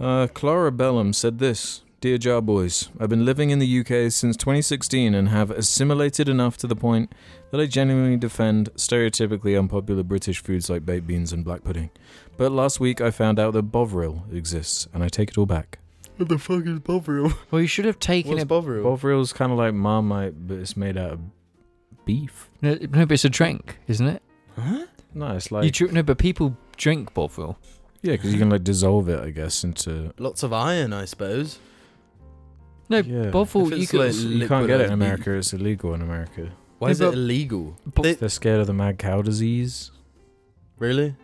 B: Uh, Clara Bellum said this Dear Jar Boys, I've been living in the UK since 2016 and have assimilated enough to the point that I genuinely defend stereotypically unpopular British foods like baked beans and black pudding. But last week I found out that Bovril exists and I take it all back.
A: What the fuck is Bovril?
D: Well, you should have taken
A: What's
D: it.
A: Bovril?
B: Bovril's kind of like Marmite, but it's made out of beef.
D: No, no, but it's a drink, isn't it?
A: huh?
B: No, it's
D: you
B: like.
D: drink. No, but people drink Bovril.
B: yeah, because you can like dissolve it, I guess, into.
A: Lots of iron, I suppose.
D: No,
B: Yeah.
D: Bovril.
A: If
D: You
A: it's
D: can.
A: like-
B: You can't get it
A: Liquidized
B: in
A: beef.
B: America, it's illegal in America.
A: Why
D: Yeah,
A: is it
D: but-
A: illegal?
D: Bo-
A: They-
B: They're scared of the mad cow disease.
A: Really?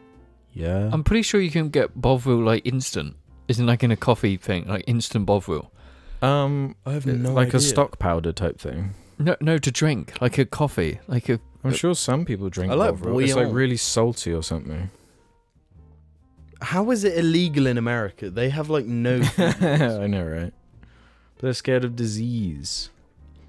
B: Yeah.
D: I'm pretty sure you can get Bovril like instant. Isn't like in a coffee thing, like instant Bovril.
B: Um,
A: I have
B: like a stock powder type thing.
D: No, no, to drink like a coffee, like a.
B: I'm
D: Uh,
B: sure some people drink
A: I like
B: Bovril. It's like
A: bouillon.
B: really salty or something.
A: How is it illegal in America? They have like no
B: I know, right? But they're scared of disease.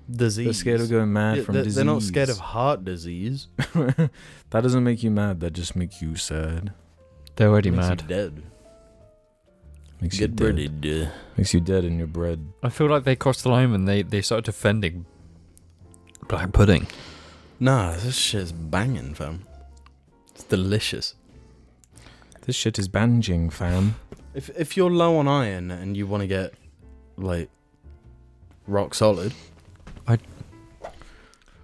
A: disease.
B: They're scared of going mad
A: Yeah,
B: from
A: they're,
B: disease.
A: they're not scared of heart disease.
B: that doesn't make you mad. That just makes you sad.
D: They're already
A: Makes you
D: mad.
A: dead.
B: Makes you
A: Get
B: dead.
A: breaded.
B: Makes you dead in your bread.
D: I feel like they crossed the line when they they started defending black pudding.
A: Nah, this shit's banging, fam. It's delicious.
B: This shit is banjing, fam.
A: If if you're low on iron and you want to get like rock solid,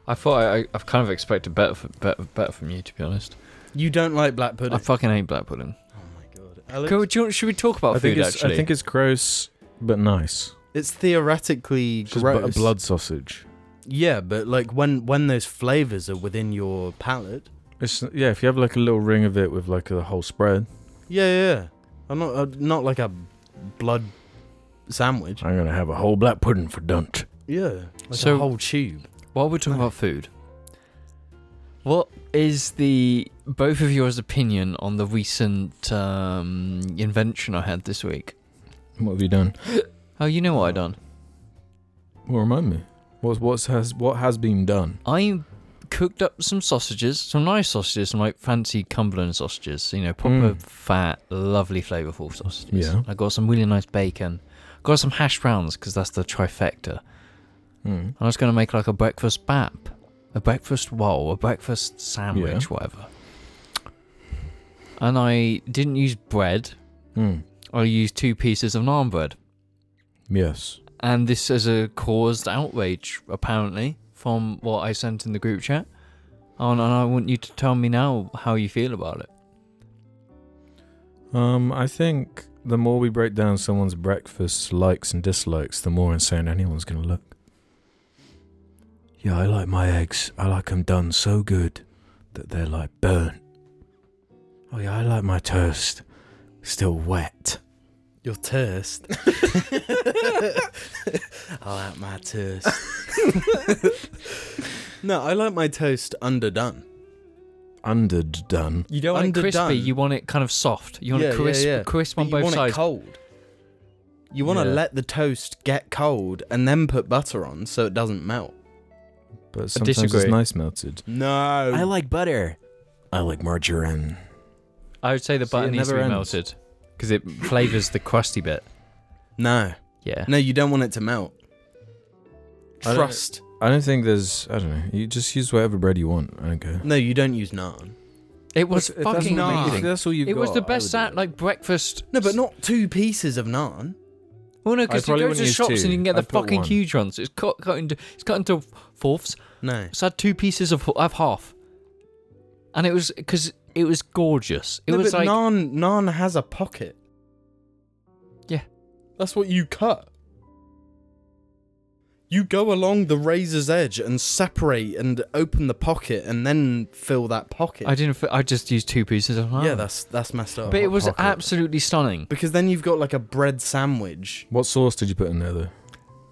D: I thought I, I, I've kind of expected better, f better, better from you, to be honest.
A: you don't like black pudding.
D: I fucking hate black pudding.
A: oh my god, Alex,
D: Go, do you, want- should we talk about
B: I think
D: food
B: it's.
D: actually?
B: I think it's gross, but nice.
A: it's theoretically
B: It's just bu-
A: gross.
B: a blood sausage.
A: Yeah, but like when when those flavors are within your palate.
B: It's yeah. If you have like a little ring of it with like a whole spread,
A: Yeah, yeah. yeah. I'm not uh, not like a blood sandwich.
B: I'm gonna have a whole black pudding for dunch.
A: Yeah, like
D: So-
A: a whole tube.
D: While we're talking about food, what is the both of yours opinion on the recent um, invention I had this week?
B: What have you done?
D: Oh, you know what I done?
B: Well, remind me. What's what's has what has been done?
D: I cooked up some sausages, some nice sausages, some like fancy Cumberland sausages, you know, proper
B: Mm.
D: fat, lovely flavourful sausages.
B: Yeah.
D: I got some really nice bacon. Got some hash browns because that's the trifecta.
B: Hmm.
D: And I was going to make like a breakfast bap, a breakfast roll, a breakfast sandwich,
B: Yeah.
D: whatever. And I didn't use bread.
B: Hmm.
D: I used two pieces of naan bread.
B: Yes.
D: And this has uh, caused outrage, apparently, from what I sent in the group chat. And, and I want you to tell me now how you feel about it.
B: Um, I think the more we break down someone's breakfast likes and dislikes, the more insane anyone's going to look. Yeah, I like my eggs. I like 'em done so good that they're like burnt. Oh, yeah, I like my toast still wet.
A: Your toast. I like my toast. no, I like my toast underdone.
B: Underdone.
D: You don't
A: want it
D: crispy,
A: underdone.
D: you want it kind of soft. You want
A: Yeah,
D: it
A: yeah,
D: crisp,
A: yeah.
D: crisp
A: But
D: on
A: you
D: both
A: want
D: sides.
A: it cold. You want to
D: Yeah.
A: let the toast get cold and then put butter on so it doesn't melt.
B: But sometimes it's
D: disagree.
B: nice melted.
A: No.
B: like butter. I like margarine.
D: I would say the
B: See,
D: butter
B: it
D: needs to be
B: never ends.
D: melted because it flavours the crusty bit.
A: no.
D: Yeah.
A: No, you don't want it to melt.
B: I don't-
A: Trust.
B: I don't think there's. I don't know. You just use whatever bread you want. I don't care.
A: No, you don't use naan.
D: It was
B: If that's
D: fucking
B: what-
A: naan.
B: If
D: amazing.
B: that's all you
D: It was
B: got,
D: the
B: I
D: best
B: would do
D: at
B: it.
D: like breakfast.
A: No, but not two pieces of naan.
D: Well, no,
B: I
D: because you
B: probably
D: go to
B: wouldn't
D: the
B: use
D: shops
B: two.
D: and you can get the
B: I'd put
D: fucking
B: one.
D: huge ones. It's cut, cut into it's cut into fourths.
A: No.
D: So I had two pieces of of half, and it was because it was gorgeous. It
A: no,
D: was
A: but
D: like
A: naan, naan has a pocket.
D: Yeah.
A: That's what you cut. You go along the razor's edge and separate and open the pocket and then fill that pocket.
D: I didn't. fi- I just used two pieces of half.
A: yeah, that's that's messed up.
D: But it was
B: pocket.
D: absolutely stunning.
A: because then you've got like a bread sandwich.
B: What sauce did you put in there though?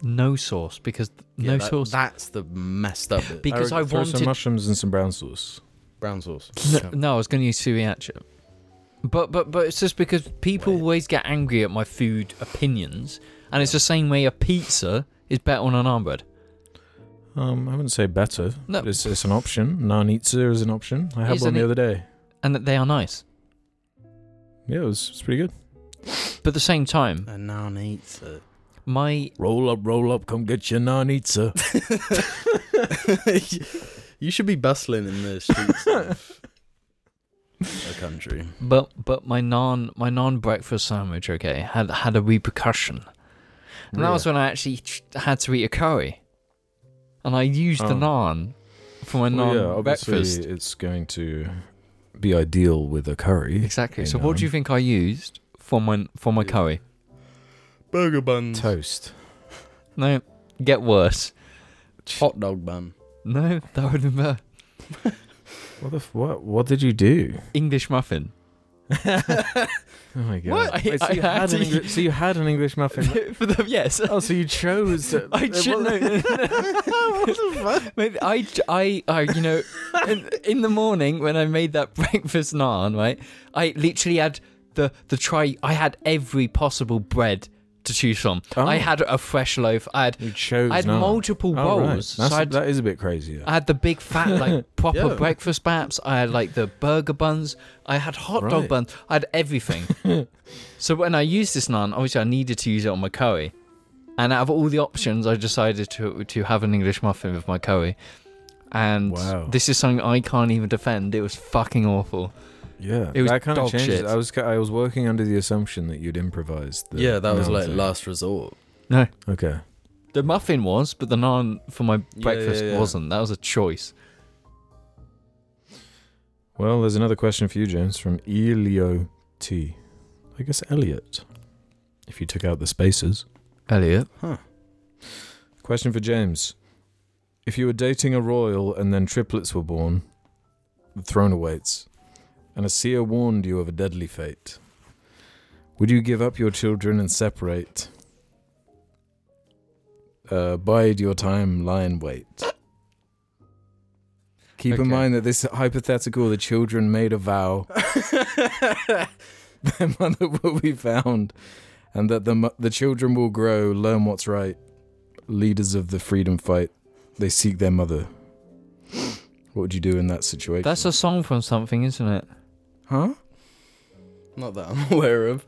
D: No sauce because
A: Yeah,
D: no
A: that-
D: sauce
A: That's the messed up bit.
D: because I,
B: would throw some
D: wanted.
B: mushrooms and some brown sauce.
A: Brown sauce.
D: No, I was going to use sriracha. But but but it's just because people
A: Wait.
D: always get angry at my food opinions, and it's the same way a pizza is better on an armbread.
B: Um, I wouldn't say better.
D: No.
B: but it's, it's an option. Nanitsu is an option. I had
D: Oh. Is
B: one
D: an
B: the
D: i-
B: other day.
D: and that they are nice.
B: Yeah, it was, it's pretty good.
D: But at the same time,
A: And naan eats it.
D: my
B: Roll up, roll up, come get your nanitsu.
A: you should be bustling in the streets of a country.
D: but but my non my non breakfast sandwich okay had had a repercussion, and that was when I actually ch- had to eat a curry, and I used the
B: Oh.
D: naan for my
B: Well, Oh,
D: non
B: yeah, obviously
D: breakfast.
B: it's going to be ideal with a curry.
D: Exactly.
B: a
D: So what do you think I used for my for my
A: Yeah.
D: curry?
A: Burger buns.
B: Toast.
D: No, get worse.
A: Hot dog bun.
D: No, that would have been better.
B: What the f- what? What did you do?
D: English muffin.
B: Oh my god!
D: What? I-
B: Wait, so,
D: I
B: you
D: had
B: had an
D: to-
B: Engli- so you had an English muffin.
D: for the yes.
B: oh, so you chose. To-
D: I
B: it
D: should
B: wasn't-
D: know. Mate, I, j- I, I, you know, in, in the morning when I made that breakfast naan, right, I literally had the the try. I had every possible bread to choose from.
B: Oh.
D: I had a fresh loaf. I had
B: You chose.
D: I had
B: naan.
D: multiple
B: Oh, right.
D: rolls. So
B: That's-
D: I'd-
B: that is a bit crazier.
D: I had the big fat like proper
A: Yeah.
D: breakfast baps. I had like the burger buns. I had hot dog
B: Right.
D: buns. I had everything. so when I used this naan, obviously I needed to use it on my curry. And out of all the options, I decided to to have an English muffin with my curry. And
B: Wow.
D: this is something I can't even defend. It was fucking awful.
B: Yeah,
D: It was
B: that kind
D: dog
B: of changes.
D: shit.
B: I was ca- I was working under the assumption that you'd improvised. The
A: Yeah, that was
B: naan
A: like
B: thing.
A: last resort.
D: No,
B: Okay,
D: the muffin was, but the naan for my
A: yeah,
D: breakfast
A: yeah.
D: wasn't. That was a choice.
B: well, there's another question for you, James, from Elio T. I guess Elliot, if you took out the spaces.
D: Elliot,
B: Question for James: If you were dating a royal and then triplets were born, the throne awaits, and a seer warned you of a deadly fate, would you give up your children and separate? Uh, bide your time, lie in wait. Keep
D: Okay.
B: in mind that this hypothetical, the children made a vow their mother will be found, and that the mo- the children will grow, learn what's right. Leaders of the freedom fight, they seek their mother. What would you do in that situation?
D: That's a song from something, isn't it?
B: huh?
A: Not that I'm aware of.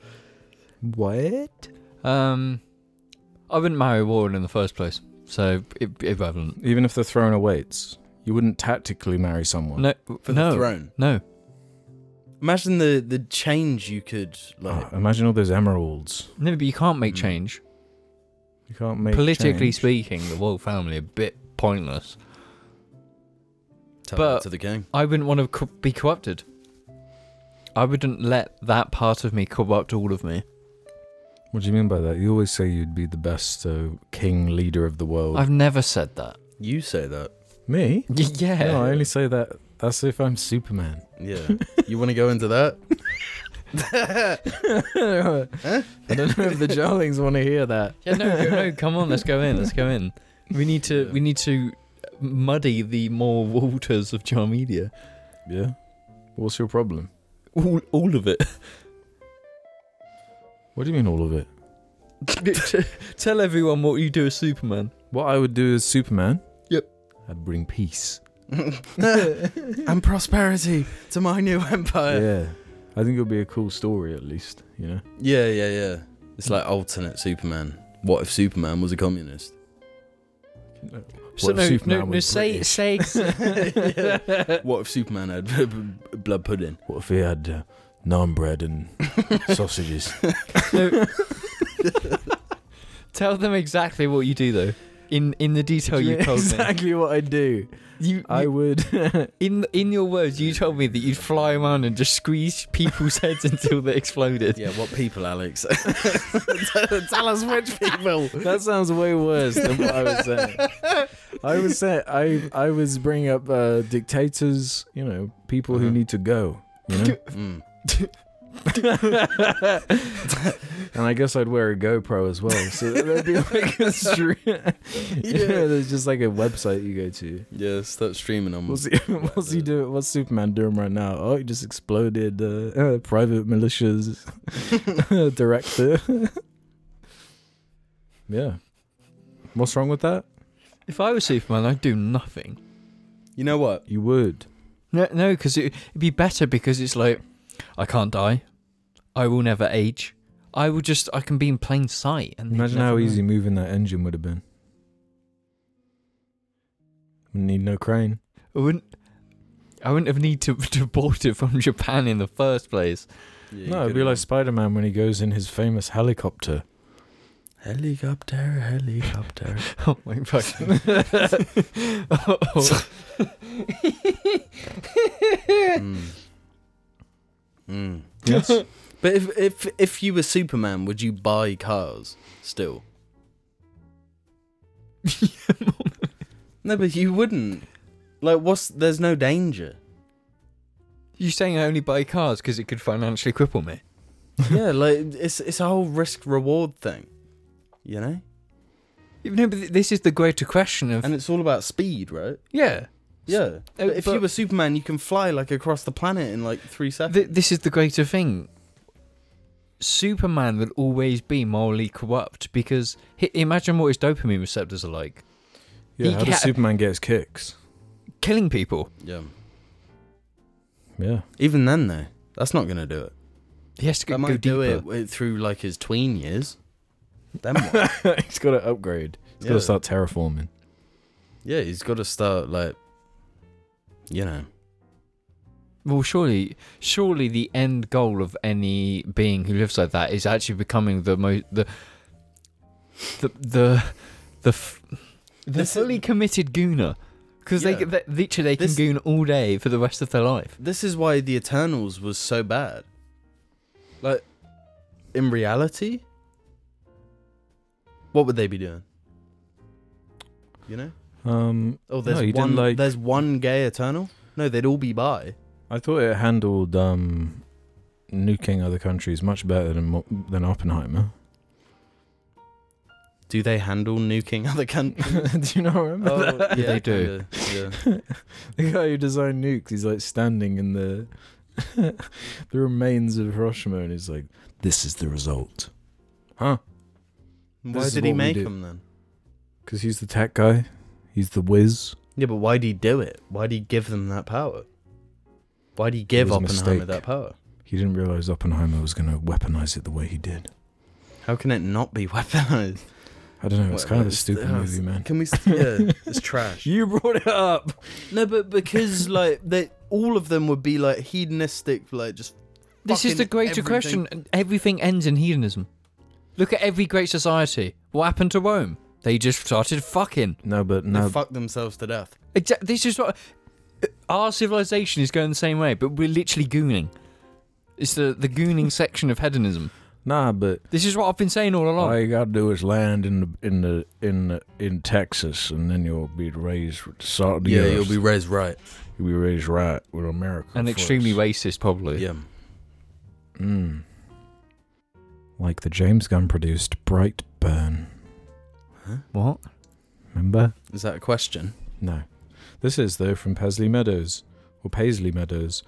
B: What?
D: Um, I wouldn't marry a woman in the first place, so it, irrelevant.
B: Even if the throne awaits, you wouldn't tactically marry someone.
D: No,
A: For
D: no,
A: the throne.
D: no.
A: Imagine the the change you could like.
B: Ah, imagine all those emeralds.
D: No, but you can't make
A: Mm.
D: change.
B: You can't make
D: Politically
B: change.
D: speaking, the royal family are a bit pointless.
A: tell
D: but-
A: that to the gang.
D: I wouldn't want to co- be corrupted. I wouldn't let that part of me corrupt all of me.
B: What do you mean by that? You always say you'd be the best uh, king leader of the world.
D: I've never said that.
A: You say that.
B: Me?
D: Y- yeah.
B: No, I only say that. That's if I'm Superman.
A: Yeah. you want to go into that?
B: I don't know if the Jarlings want to hear that.
D: Yeah, no, go- no, come on, let's go in, let's go in. We need to, we need to muddy the more waters of Jar Media.
B: Yeah. What's your problem?
D: All, all of it.
B: What do you mean, all of it?
D: Tell everyone what you do as Superman.
B: What I would do as Superman?
D: Yep.
B: I'd bring peace.
A: and prosperity to my new
D: Oh,
A: empire.
B: yeah. I think it would be a cool story, at least. You know.
A: Yeah, yeah, yeah. It's like alternate Superman. What if Superman was a communist?
D: So
B: What if
D: no,
B: Superman
D: no, no,
B: was
D: say,
B: British?
D: say,
A: What if Superman had b- b- blood pudding?
B: What if he had uh, naan bread and sausages?
D: no. Tell them exactly what you do though. In in the detail Oh, you told me.
B: exactly what I do.
D: You,
B: I
D: you-
B: would.
D: in in your words, you told me that you'd fly around and just squeeze people's heads until they exploded.
A: Yeah, what people, Alex? Tell us which people.
B: that sounds way worse than what I was saying. I was saying I I was bringing up uh, dictators. You know, people who
A: Uh-huh.
B: need to go. You know.
A: Mm.
B: and I guess I'd wear a GoPro as well. So there'd be like a stream. yeah. there's just like a website you go to.
A: Yeah, start streaming on.
B: What's he, what's he doing? What's Superman doing right now? Oh, he just exploded uh, uh, private militias director. yeah. What's wrong with that?
D: If I was Superman, I'd do nothing.
A: You know what?
B: You would.
D: No, no, because it, it'd be better because it's like I can't die. I will never age. I will just I can be in plain sight. And they'd
B: Imagine
D: never
B: how
D: know.
B: easy moving that engine would have been. Need no crane.
D: I wouldn't. I wouldn't have need to to bought it from Japan in the first place.
A: Yeah,
B: no, it'd be like Spider Man when he goes in his famous helicopter.
A: helicopter, helicopter.
D: Oh my fucking! oh,
A: mm. Mm.
B: Yes.
A: But if if if you were Superman, would you buy cars still? No, but you wouldn't. Like, what's there's no danger.
D: you saying I only buy cars because it could financially cripple me?
A: yeah, like it's it's a whole risk reward thing, you know.
D: No, but th- this is the greater question of
A: And it's all about speed, right?
D: yeah.
A: Yeah.
D: Uh,
A: But if you
D: but-
A: were Superman, you can fly like across the planet in like three seconds.
D: Th- this is the greater thing. Superman will always be morally corrupt because hi imagine what his dopamine receptors are like.
B: Yeah,
D: He
B: how does
D: ca-
B: Superman get his kicks?
D: Killing people.
A: yeah.
B: Yeah.
A: Even then, though, that's not gonna do it.
D: He has to go,
A: That
D: go
A: might do
D: deeper.
A: it w- through like his tween years. Then what?
B: He's got to upgrade. He's got
A: Yeah.
B: to start terraforming.
A: Yeah, he's got to start like, you know.
D: Well, surely, surely the end goal of any being who lives like that is actually becoming the most the the the the, f- the
A: This is-
D: fully committed gooner because
A: Yeah.
D: they, they literally they can
A: This-
D: goon all day for the rest of their life.
A: This is why the Eternals was so bad. Like, in reality, what would they be doing? You know?
B: Um,
A: Oh,
B: No,
A: there's
B: you
A: one.
B: didn't like-
A: There's one gay Eternal. No, they'd all be bi.
B: I thought it handled um, nuking other countries much better than Mo- than Oppenheimer.
A: Do they handle nuking other countries?
B: Do you not remember
A: Oh,
B: that?
A: yeah,
D: They do.
A: kinda, Yeah.
B: The guy who designed nukes, he's like standing in the the remains of Hiroshima, and he's like, "This is the result." Huh?
A: Why
B: This is
A: did he
B: what we
A: make
B: do.
A: them then?
B: Because he's the tech guy. He's the whiz.
A: Yeah, but why'd he do it? Why'd he give them that power? Why'd he give
B: was a
A: Oppenheimer
B: mistake.
A: that power?
B: He didn't realize Oppenheimer was going to weaponize it the way he did.
A: How can it not be weaponized?
B: I don't know. It's
A: Whatever,
B: kind of a
A: it's-
B: stupid
A: uh,
B: movie, man.
A: Can we? s- Yeah, it's trash.
B: You brought it up.
A: No, but because like they, all of them would be like hedonistic, like just.
D: This is
A: fucking
D: the greater
A: everything.
D: question. Everything ends in hedonism. Look at every great society. What happened to Rome? They just started fucking.
B: No, but
A: They
B: now
A: fuck themselves to death.
D: Exa- This is what uh, our civilization is going the same way, but we're literally gooning. It's the the gooning section of hedonism.
B: Nah, but
D: This is what I've been saying all along.
B: all you gotta do is land in the in the in the, in Texas, and then you'll be raised with the salt of the earth.
A: raised right.
B: you'll be raised right with America.
D: and
B: first.
D: extremely racist, probably.
A: Yeah.
B: Mm. Like the James Gunn produced Brightburn.
D: What?
B: Remember?
A: Is that a question?
B: No. This is, though, from Paisley Meadows, or Paisley Meadows.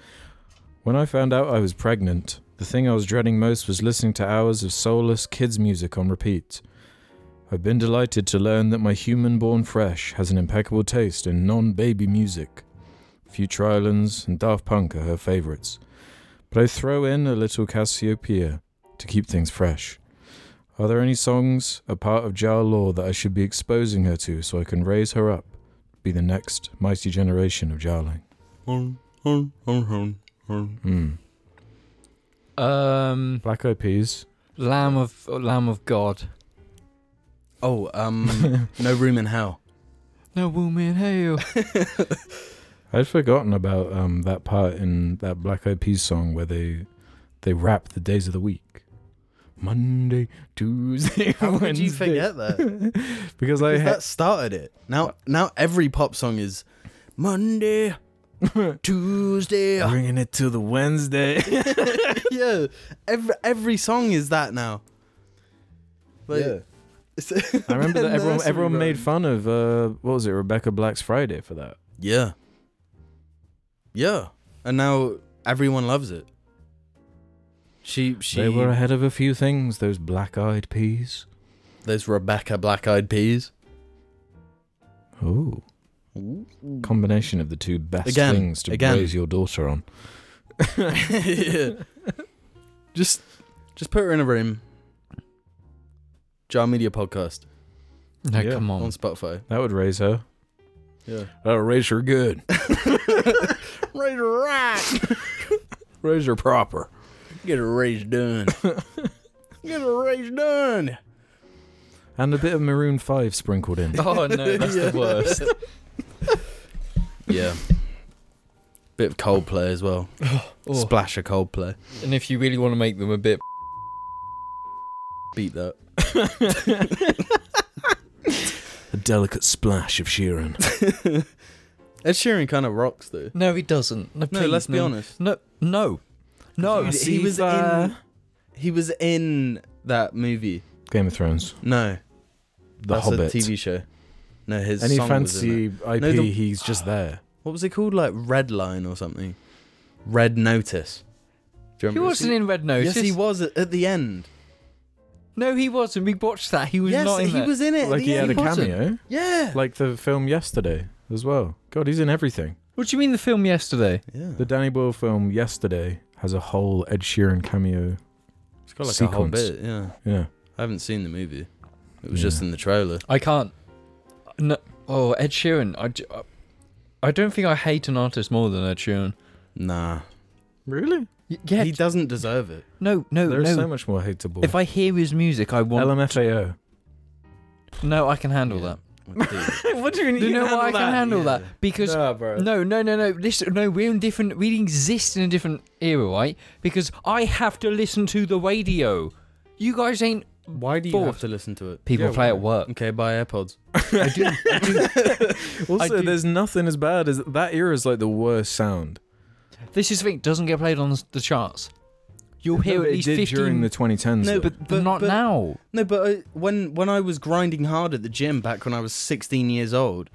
B: When I found out I was pregnant, the thing I was dreading most was listening to hours of soulless kids' music on repeat. I've been delighted to learn that my human born fresh has an impeccable taste in non baby music. Future Islands and Daft Punk are her favourites. But I throw in a little Cassiopeia to keep things fresh. Are there any songs a part of Jar Law that I should be exposing her to so I can raise her up? be the next mighty generation of Jarling. Hmm.
D: Um,
B: Black Eyed Peas.
D: Lamb of Lamb of God.
A: Oh, um, no room in hell.
D: No woman, hail.
B: I'd forgotten about um, that part in that Black Eyed Peas song where they they rap the days of the week. Monday, Tuesday,
A: How
B: Wednesday.
A: could you forget that?
B: because I
A: Because
B: ha-
A: that started it. Now, now every pop song is Monday, Tuesday.
B: bringing it to the Wednesday.
A: yeah, every every song is that now. Like, it's-
B: I remember that everyone
A: Nursery
B: everyone made
A: rhyme.
B: fun of uh, what was it Rebecca Black's Friday for that.
A: Yeah. Yeah, and now everyone loves it. She she
B: They were ahead of a few things. Those Black Eyed Peas.
A: there's Rebecca Black Eyed Peas.
B: Oh, combination of the two best
A: Again,
B: things to
A: again.
B: raise your daughter on.
A: Yeah. Just just put her in a room. Jar Media Podcast
D: No,
B: Yeah.
D: come
A: on
D: on.
A: Spotify.
B: That would raise her.
A: Yeah.
B: That'll raise her good.
A: Raise her right.
B: raise her proper.
A: Get a raise done. Get a raise done.
B: And a bit of Maroon 5 sprinkled in.
D: Oh no, that's the worst.
A: Yeah. Bit of Coldplay as well.
D: Oh.
A: Splash of Coldplay.
D: And if you really want to make them a bit,
A: Beat that.
B: a delicate splash of Sheeran.
A: Ed Sheeran kind of rocks though.
D: no, he doesn't. No,
A: No,
D: please,
A: let's be
D: no.
A: honest.
D: No, no, no.
A: He- he was uh, in. He was in that movie.
B: Game of Thrones.
A: No,
B: The
A: that's
B: Hobbit.
A: a TV show. No, his
B: Any
A: song was in it.
B: fancy IP,
A: No, the-
B: he's just there.
A: What was it called? Like Red Line or something? Red Notice. Do you
D: He
A: remember
D: wasn't in Red
A: Yes,
D: Notice.
A: he was at, at the end.
D: No, he wasn't. We watched that. He was
A: yes,
D: not in
A: he
D: that.
A: was in it. at
B: Like
A: the
B: he had
A: end.
B: a
D: wasn't.
B: cameo.
A: Yeah.
B: Like the film yesterday as well. God, he's in everything.
D: What do you mean the film yesterday?
A: yeah.
B: The Danny Boyle film yesterday has a whole Ed Sheeran cameo.
A: it's got like a whole
B: sequence.
A: bit. Yeah.
B: Yeah.
A: I haven't seen the movie. It was
B: Yeah.
A: just in the trailer.
D: I can't. No. Oh, Ed Sheeran. I, j- I- I don't think I hate an artist more than Ed Sheeran.
A: Nah.
B: Really?
D: Y- yeah.
A: He doesn't deserve it.
D: no, no,
B: There's
D: no.
B: so much more hateable.
D: if I hear his music, I want.
B: LMFAO.
D: no, I can handle that.
B: what do you
D: No, no, I can handle
A: Yeah.
D: that because
B: Nah, bro.
D: No, no, no, no. This no, we're in different. We exist in a different era, right? Because I have to listen to the radio. You guys ain't
A: Why do
D: you have
A: have to listen to it?
D: people
B: Yeah,
D: play at
B: why?
D: work.
A: Okay, buy AirPods.
D: I do. I do.
B: Also,
D: do-
B: there's nothing as bad as that era is like the worst sound.
D: This is the thing. Doesn't get played on the charts. You'll hear
B: It
D: at least
B: did
D: fifteen.
B: during the 2010s.
A: No,
B: though.
A: but-
D: but not
A: but-
D: now.
A: No, but I, when when I was grinding hard at the gym back when I was 16 years old,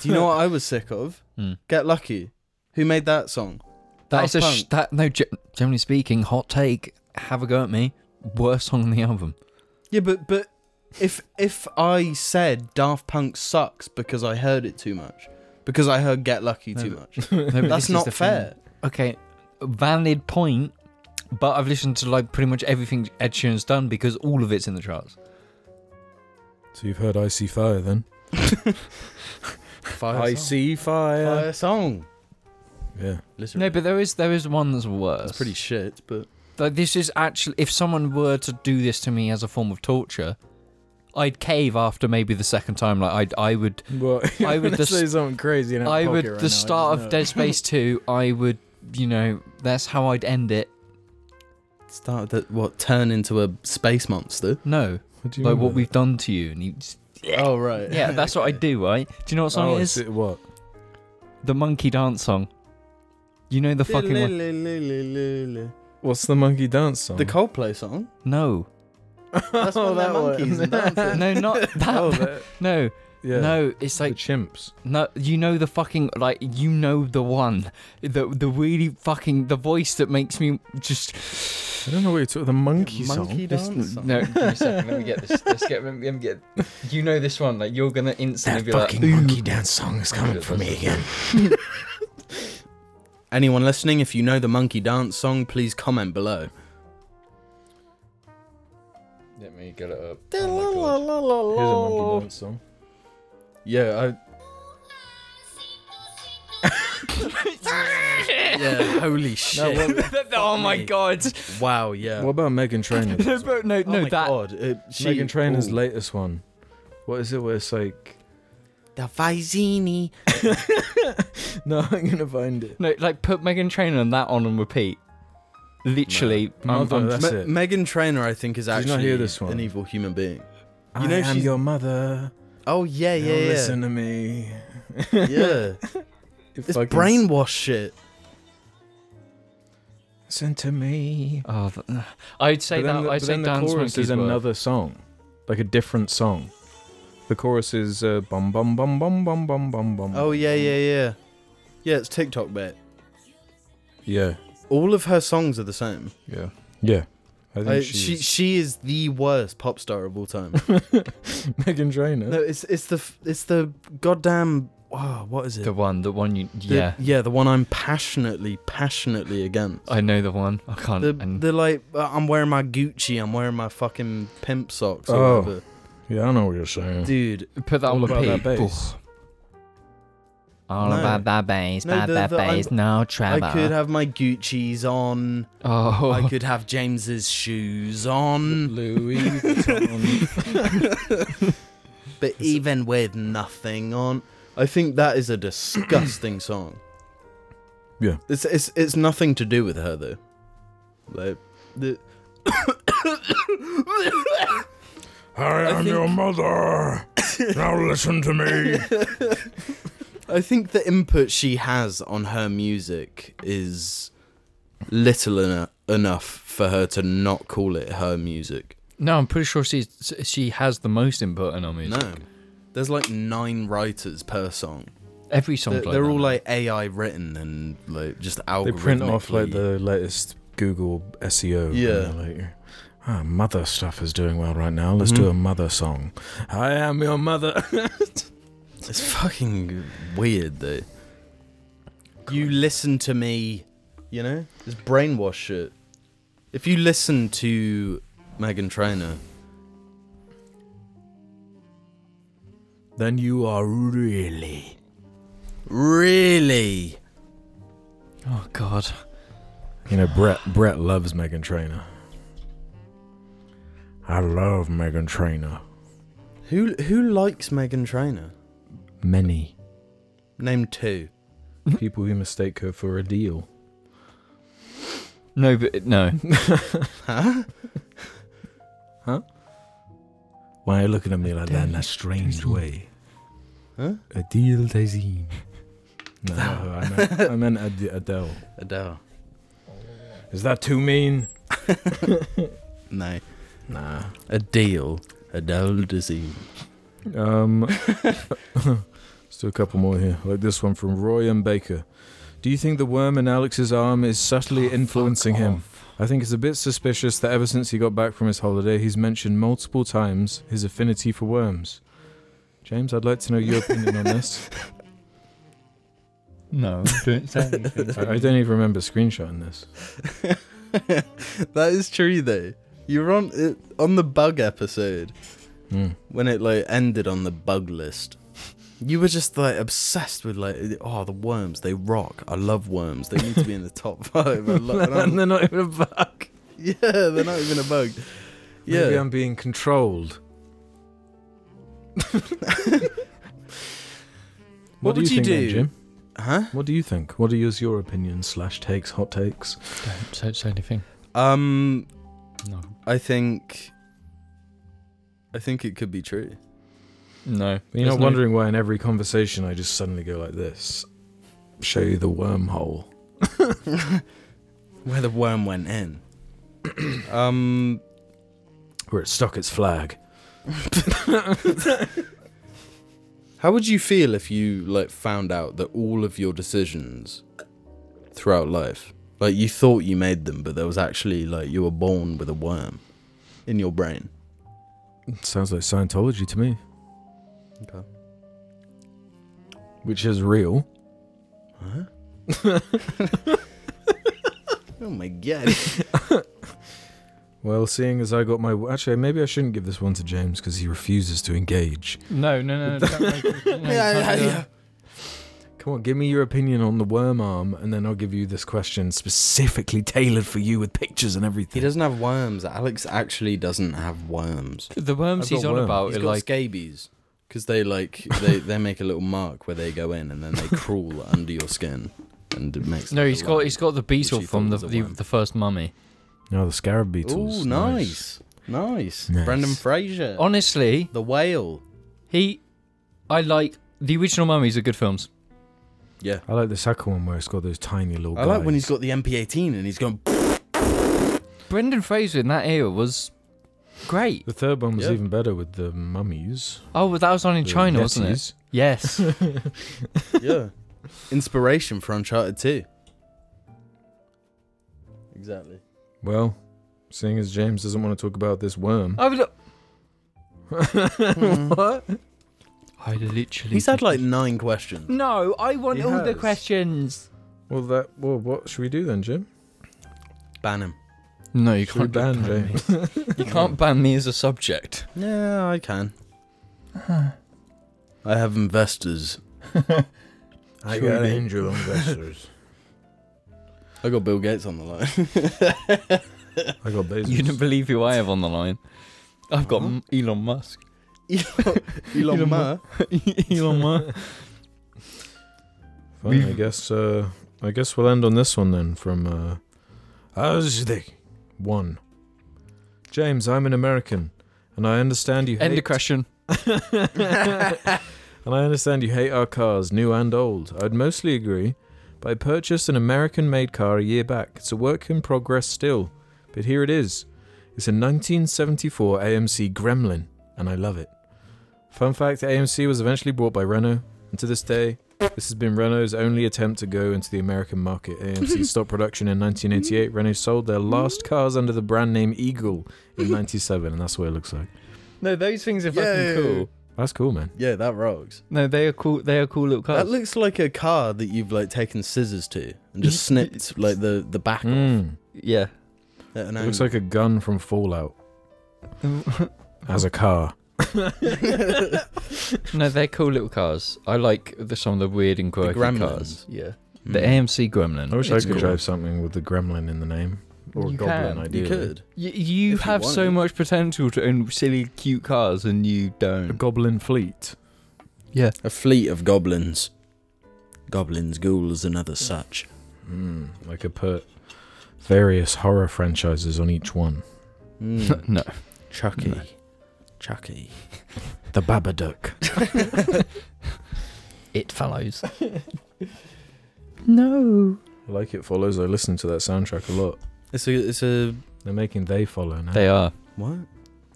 A: do you know what I was sick of?
D: Hmm.
A: Get Lucky. Who made that song?
D: That is a
A: Daft
D: sh-
A: Punk.
D: that no. ge- Generally speaking, hot take. Have a go at me. Worst song on the album.
A: Yeah, but but if if I said Daft Punk sucks because I heard it too much, because I heard Get Lucky
D: No,
A: too
D: but-
A: much,
D: No, but this
A: that's
D: is the
A: not
D: thing.
A: fair.
D: Okay, valid point. But I've listened to like pretty much everything Ed Sheeran's done because all of it's in the charts.
B: So you've heard I See Fire then?
D: Fire song.
B: See
A: Fire song.
B: Yeah.
A: Literally.
D: No, but there is there is one that's worse.
A: that's pretty shit. But
D: Like this is actually, if someone were to do this to me as a form of torture, I'd cave after maybe the second time. Like I, I would,
B: Well,
D: I would
B: just
D: just-
B: say something crazy. And
D: I would. the start of Dead Space Two, I would, you know, that's how I'd end it.
A: started that what turn into a space monster.
D: No,
B: What do you
D: like
B: mean
D: what
B: by
D: we've done to you, and you,
A: Oh right.
D: yeah, that's what I do, right? Do you know
B: that?
D: what song
B: oh,
D: it is?
B: It, what?
D: The monkey dance song. You know the fucking one.
A: The
B: What's the monkey dance song?
A: Coldplay song.
D: No,
A: That's when they're monkeys and dancing.
D: no, not that.
B: Oh, that-
D: no,
B: yeah.
D: no, it's
B: The
D: like
B: chimps.
D: No, you know the fucking like you know the one, the the really fucking the voice that makes me just.
B: I don't know what you're talking. The monkey,
A: Monkey
B: song.
A: dance
D: Just-
A: song.
D: no, give me a second. Let me get this. Let's get. Let me get. You know this one. Like you're gonna instantly be like.
B: monkey dance song is
D: coming for me
B: again.
A: Anyone listening, if you know the monkey dance song, please comment below.
D: Let me get it up. Oh
B: Here's a monkey dance song.
A: Yeah, I. yeah, holy shit.
D: oh my god!
A: wow, yeah.
B: What about Megan Trainor?
D: No, bro, no,
A: Oh
D: no,
A: my
D: that.
A: God. It, she,
B: Uh, Megan Trainor's
A: ooh.
B: latest one. What is it? Where it's like,
A: The Visini.
B: no, I'm gonna find it.
D: No, like put Megan Trainor and that on and repeat. Literally, I'm-
B: Mother,
D: I'm-
B: that's
A: Me-
B: it.
A: Megan Trainor, I think, is
B: Did you
A: actually
B: not hear this one?
A: an evil human being.
B: You
A: know
B: know I am
A: she's-
B: your mother.
A: Oh yeah,
B: Now
A: yeah, yeah.
B: Listen to me.
A: yeah. It's brainwash shit.
B: Listen to me.
D: oh, th- I'd say
B: But then
D: that.
B: the-
D: I'd
B: but
D: say
B: then the
D: Dance
B: chorus
D: Monkey's
B: is
D: work.
B: another song, like a different song. The chorus is uh, bum bum bum bum bum bum bum bum.
A: Oh yeah, yeah, yeah. Yeah, it's TikTok bit.
B: yeah,
A: All of her songs are the same.
B: yeah, yeah. I think
A: I, she
B: she's
A: she is the worst pop star of all time.
B: Megan Trainor.
A: no, it's it's the f- it's the goddamn oh, what is it?
D: The one, the one you.
A: The-
D: Yeah,
A: yeah, the one I'm passionately passionately against.
D: I know the one. I can't.
A: the,
D: and-
A: the like uh, I'm wearing my Gucci, I'm wearing my fucking pimp socks or
B: Oh.
A: whatever.
B: Yeah, I know what you're
D: Mm.
B: saying.
A: Dude,
D: Put that on
B: All about
D: repeat.
B: that bass.
D: All
A: No.
D: about that bass,
A: No,
D: about
A: the-
D: that
A: the- I'm-
D: bass, no
A: I could
D: Trevor.
A: have my Gucci's on.
D: Oh,
A: I could have James's shoes on.
B: Louis Vuitton.
A: but even with nothing on, I think that is a disgusting song.
B: Yeah.
A: it's it's it's nothing to do with her though. Like the
B: I am
A: think-
B: your mother. now listen to me.
A: I think the input she has on her music is little eno- enough for her to not call it her music.
D: no, I'm pretty sure she's she has the most input in our music.
A: No. There's like nine writers per song.
D: Every song.
A: They're, they're all like AI written and like just
B: They
A: algorithmically.
B: print off like the latest Google SEO. and
A: Yeah.
B: they're Like, ah, mother stuff is doing well right now. Let's do
A: Mhm.
B: a mother song. I am your mother.
A: It's fucking weird though. You listen to me, you know? It's brainwash shit. If you listen to Megan Trainor,
B: then you are really.
A: really?
D: oh god.
B: You know, Brett. Brett loves Megan Trainor. I love Megan Trainor.
A: Who who likes Megan Trainor?
B: Many
A: Name two.
B: people who mistake her for a deal.
D: No, but no.
B: Why are you looking at me like that in that strange way?
A: Huh?
B: Adele Dazeem. No, no, I meant, I meant Ad- Adele.
A: Adele.
B: Is that too mean?
A: No.
B: Nah.
A: Adele. Adele disease.
B: Um, let's do a couple more here, like this one from Roy and Baker. Do you think the worm in Alex's arm is subtly influencing him? I think it's a bit suspicious that ever since he got back from his holiday, he's mentioned multiple times his affinity for worms. James, I'd like to know your opinion on this.
F: No, don't say anything.
B: I, I don't even remember screenshotting this.
A: that is true though. You were on it, on the bug episode
B: Hmm.
A: when it like ended on the bug list. You were just like obsessed with like oh the worms they rock. I love worms. They need to be in the top five. I lo- and I'm-
B: they're not even a bug.
A: yeah, they're not even a bug. Yeah,
B: Maybe I'm being controlled.
A: What would you
B: think then,
A: do?
B: Jim?
A: huh?
B: What do you think? What are yours, your opinions slash takes, hot takes?
F: don't, don't say anything.
A: Um,
F: No.
A: I think, I think it could be true.
F: No.
B: You're
F: there's
B: not
F: no-
B: wondering why in every conversation I just suddenly go like this. Show you the wormhole.
A: Where the worm went in. um,
B: Where it stuck its flag.
A: how would you feel if you like found out that all of your decisions throughout life, like you thought you made them, but there was actually like you were born with a worm in your brain?
B: Sounds like Scientology to me.
A: Okay.
B: Which is real.
A: Huh? oh my god.
B: Well, seeing as I got my. Actually, maybe I shouldn't give this one to James because he refuses to engage.
F: No, no, no. Don't make, no, you can't do that.
B: Come on, give me your opinion on the worm arm, and then I'll give you this question specifically tailored for you with pictures and everything.
A: He doesn't have worms. Alex actually doesn't have worms.
D: The worms
B: I've
D: he's
B: got
D: on
B: worms.
D: about
A: He's
D: are
A: got
D: like
A: scabies because they like they, they make a little mark where they go in and then they crawl under your skin and it makes.
D: no. He's got he's got the beetle
A: he
D: from
A: thought
D: the
A: was a
D: the,
A: worm.
D: the first mummy.
B: Oh, the scarab beetles.
A: Oh, nice. nice,
B: Nice.
A: Brendan Fraser,
D: Honestly,
A: the whale.
D: he, I like the original mummies are good films.
A: Yeah,
B: I like the second one where it's got those tiny little.
A: I like when he's
B: Oh, guys.
A: got the MP18 and he's going.
D: Brendan Fraser in that era was great.
B: The third one was
A: Yeah.
B: even better with the mummies.
D: Oh, well, that was on in
B: the
D: China, wasn't it?
B: yetis.
D: Yes.
A: yeah, inspiration for Uncharted 2. Exactly.
B: Well, seeing as James doesn't want to talk about this worm.
D: I would- Hmm.
B: what?
D: I literally.
A: He's had
D: did-
A: like nine questions.
D: No, I want
B: He
D: all the
B: has.
D: questions.
B: Well, that. Well, what should we do then, Jim?
A: Ban him.
D: No, you
B: Should we ban James?
D: You can't ban me as a subject.
A: Yeah, I can. I have investors.
B: I
A: Should
B: got
A: we?
B: angel investors.
A: I got Bill Gates on the line.
B: I got Bezos.
D: You don't believe who I have on the line. I've got M- Elon Musk.
A: Elon, Elon
D: Elon
A: Musk.
D: Elon Musk.
B: Fine, I guess. Uh, I guess we'll end on this one then. From uh, Aztec one. James, I'm an American, and I understand you.
D: End
B: hate-
D: of question.
B: And I understand you hate our cars, new and old. I'd mostly agree, but I purchased an American made car a year back. It's a work in progress still, but here it is. It's a 1974 AMC Gremlin, and I love it. Fun fact AMC was eventually bought by Renault, and to this day, this has been Renault's only attempt to go into the American market. AMC stopped production in 1988. Renault sold their last cars under the brand name Eagle in 97, and that's what it looks like.
D: No, those things are
A: Yeah.
D: fucking cool.
B: That's cool, man.
A: Yeah, that rocks.
D: No, they are cool. They are cool little
A: That
D: cars.
A: looks like a car that you've like taken scissors to and just snipped like the the back.
B: Mm.
D: yeah.
A: At an
B: It looks
A: angle.
B: like a gun from Fallout. As a car.
D: No, they're cool little cars. I like the, some of the weird and quirky
A: Gremlins.
D: cars. Yeah. Hmm.
A: Mm.
D: The AMC Gremlin.
B: I wish I
D: It's
B: could
D: cool.
B: drive something with the gremlin in the name. Or
D: You
B: a goblin,
D: can.
B: ideally.
A: You could.
D: You, you
A: If you
D: have so
A: wanted.
D: much potential to own silly, cute cars, and you
B: A
D: don't.
B: goblin fleet.
A: A fleet of goblins. Goblins, ghouls, and other such.
B: Mm, I could put various horror franchises on each one.
A: Mm.
D: no.
A: Chucky.
D: No.
A: Chucky.
B: The Babadook.
D: It follows. no.
B: like It Follows, I listen to that soundtrack a lot.
A: It's a it's a
B: They're making They Follow now.
D: They are.
A: what?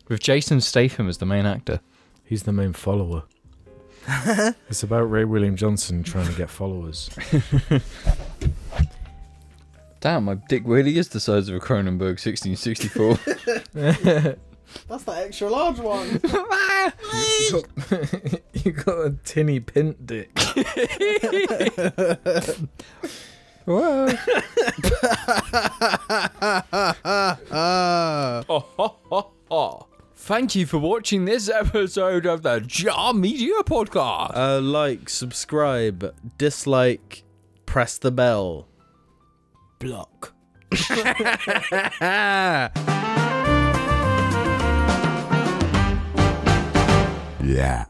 D: With Jason Statham as the main actor.
B: He's the main follower. it's about Ray William Johnson trying to get followers.
D: Damn, my dick really is the size of a Cronenberg 1664.
G: That's that extra large one.
B: you, got, you got a tinny pint dick.
D: Whoa. Thank you for watching this episode of the Jar Media Podcast.
A: Uh, like, subscribe, dislike, press the bell. Block.
H: Yeah.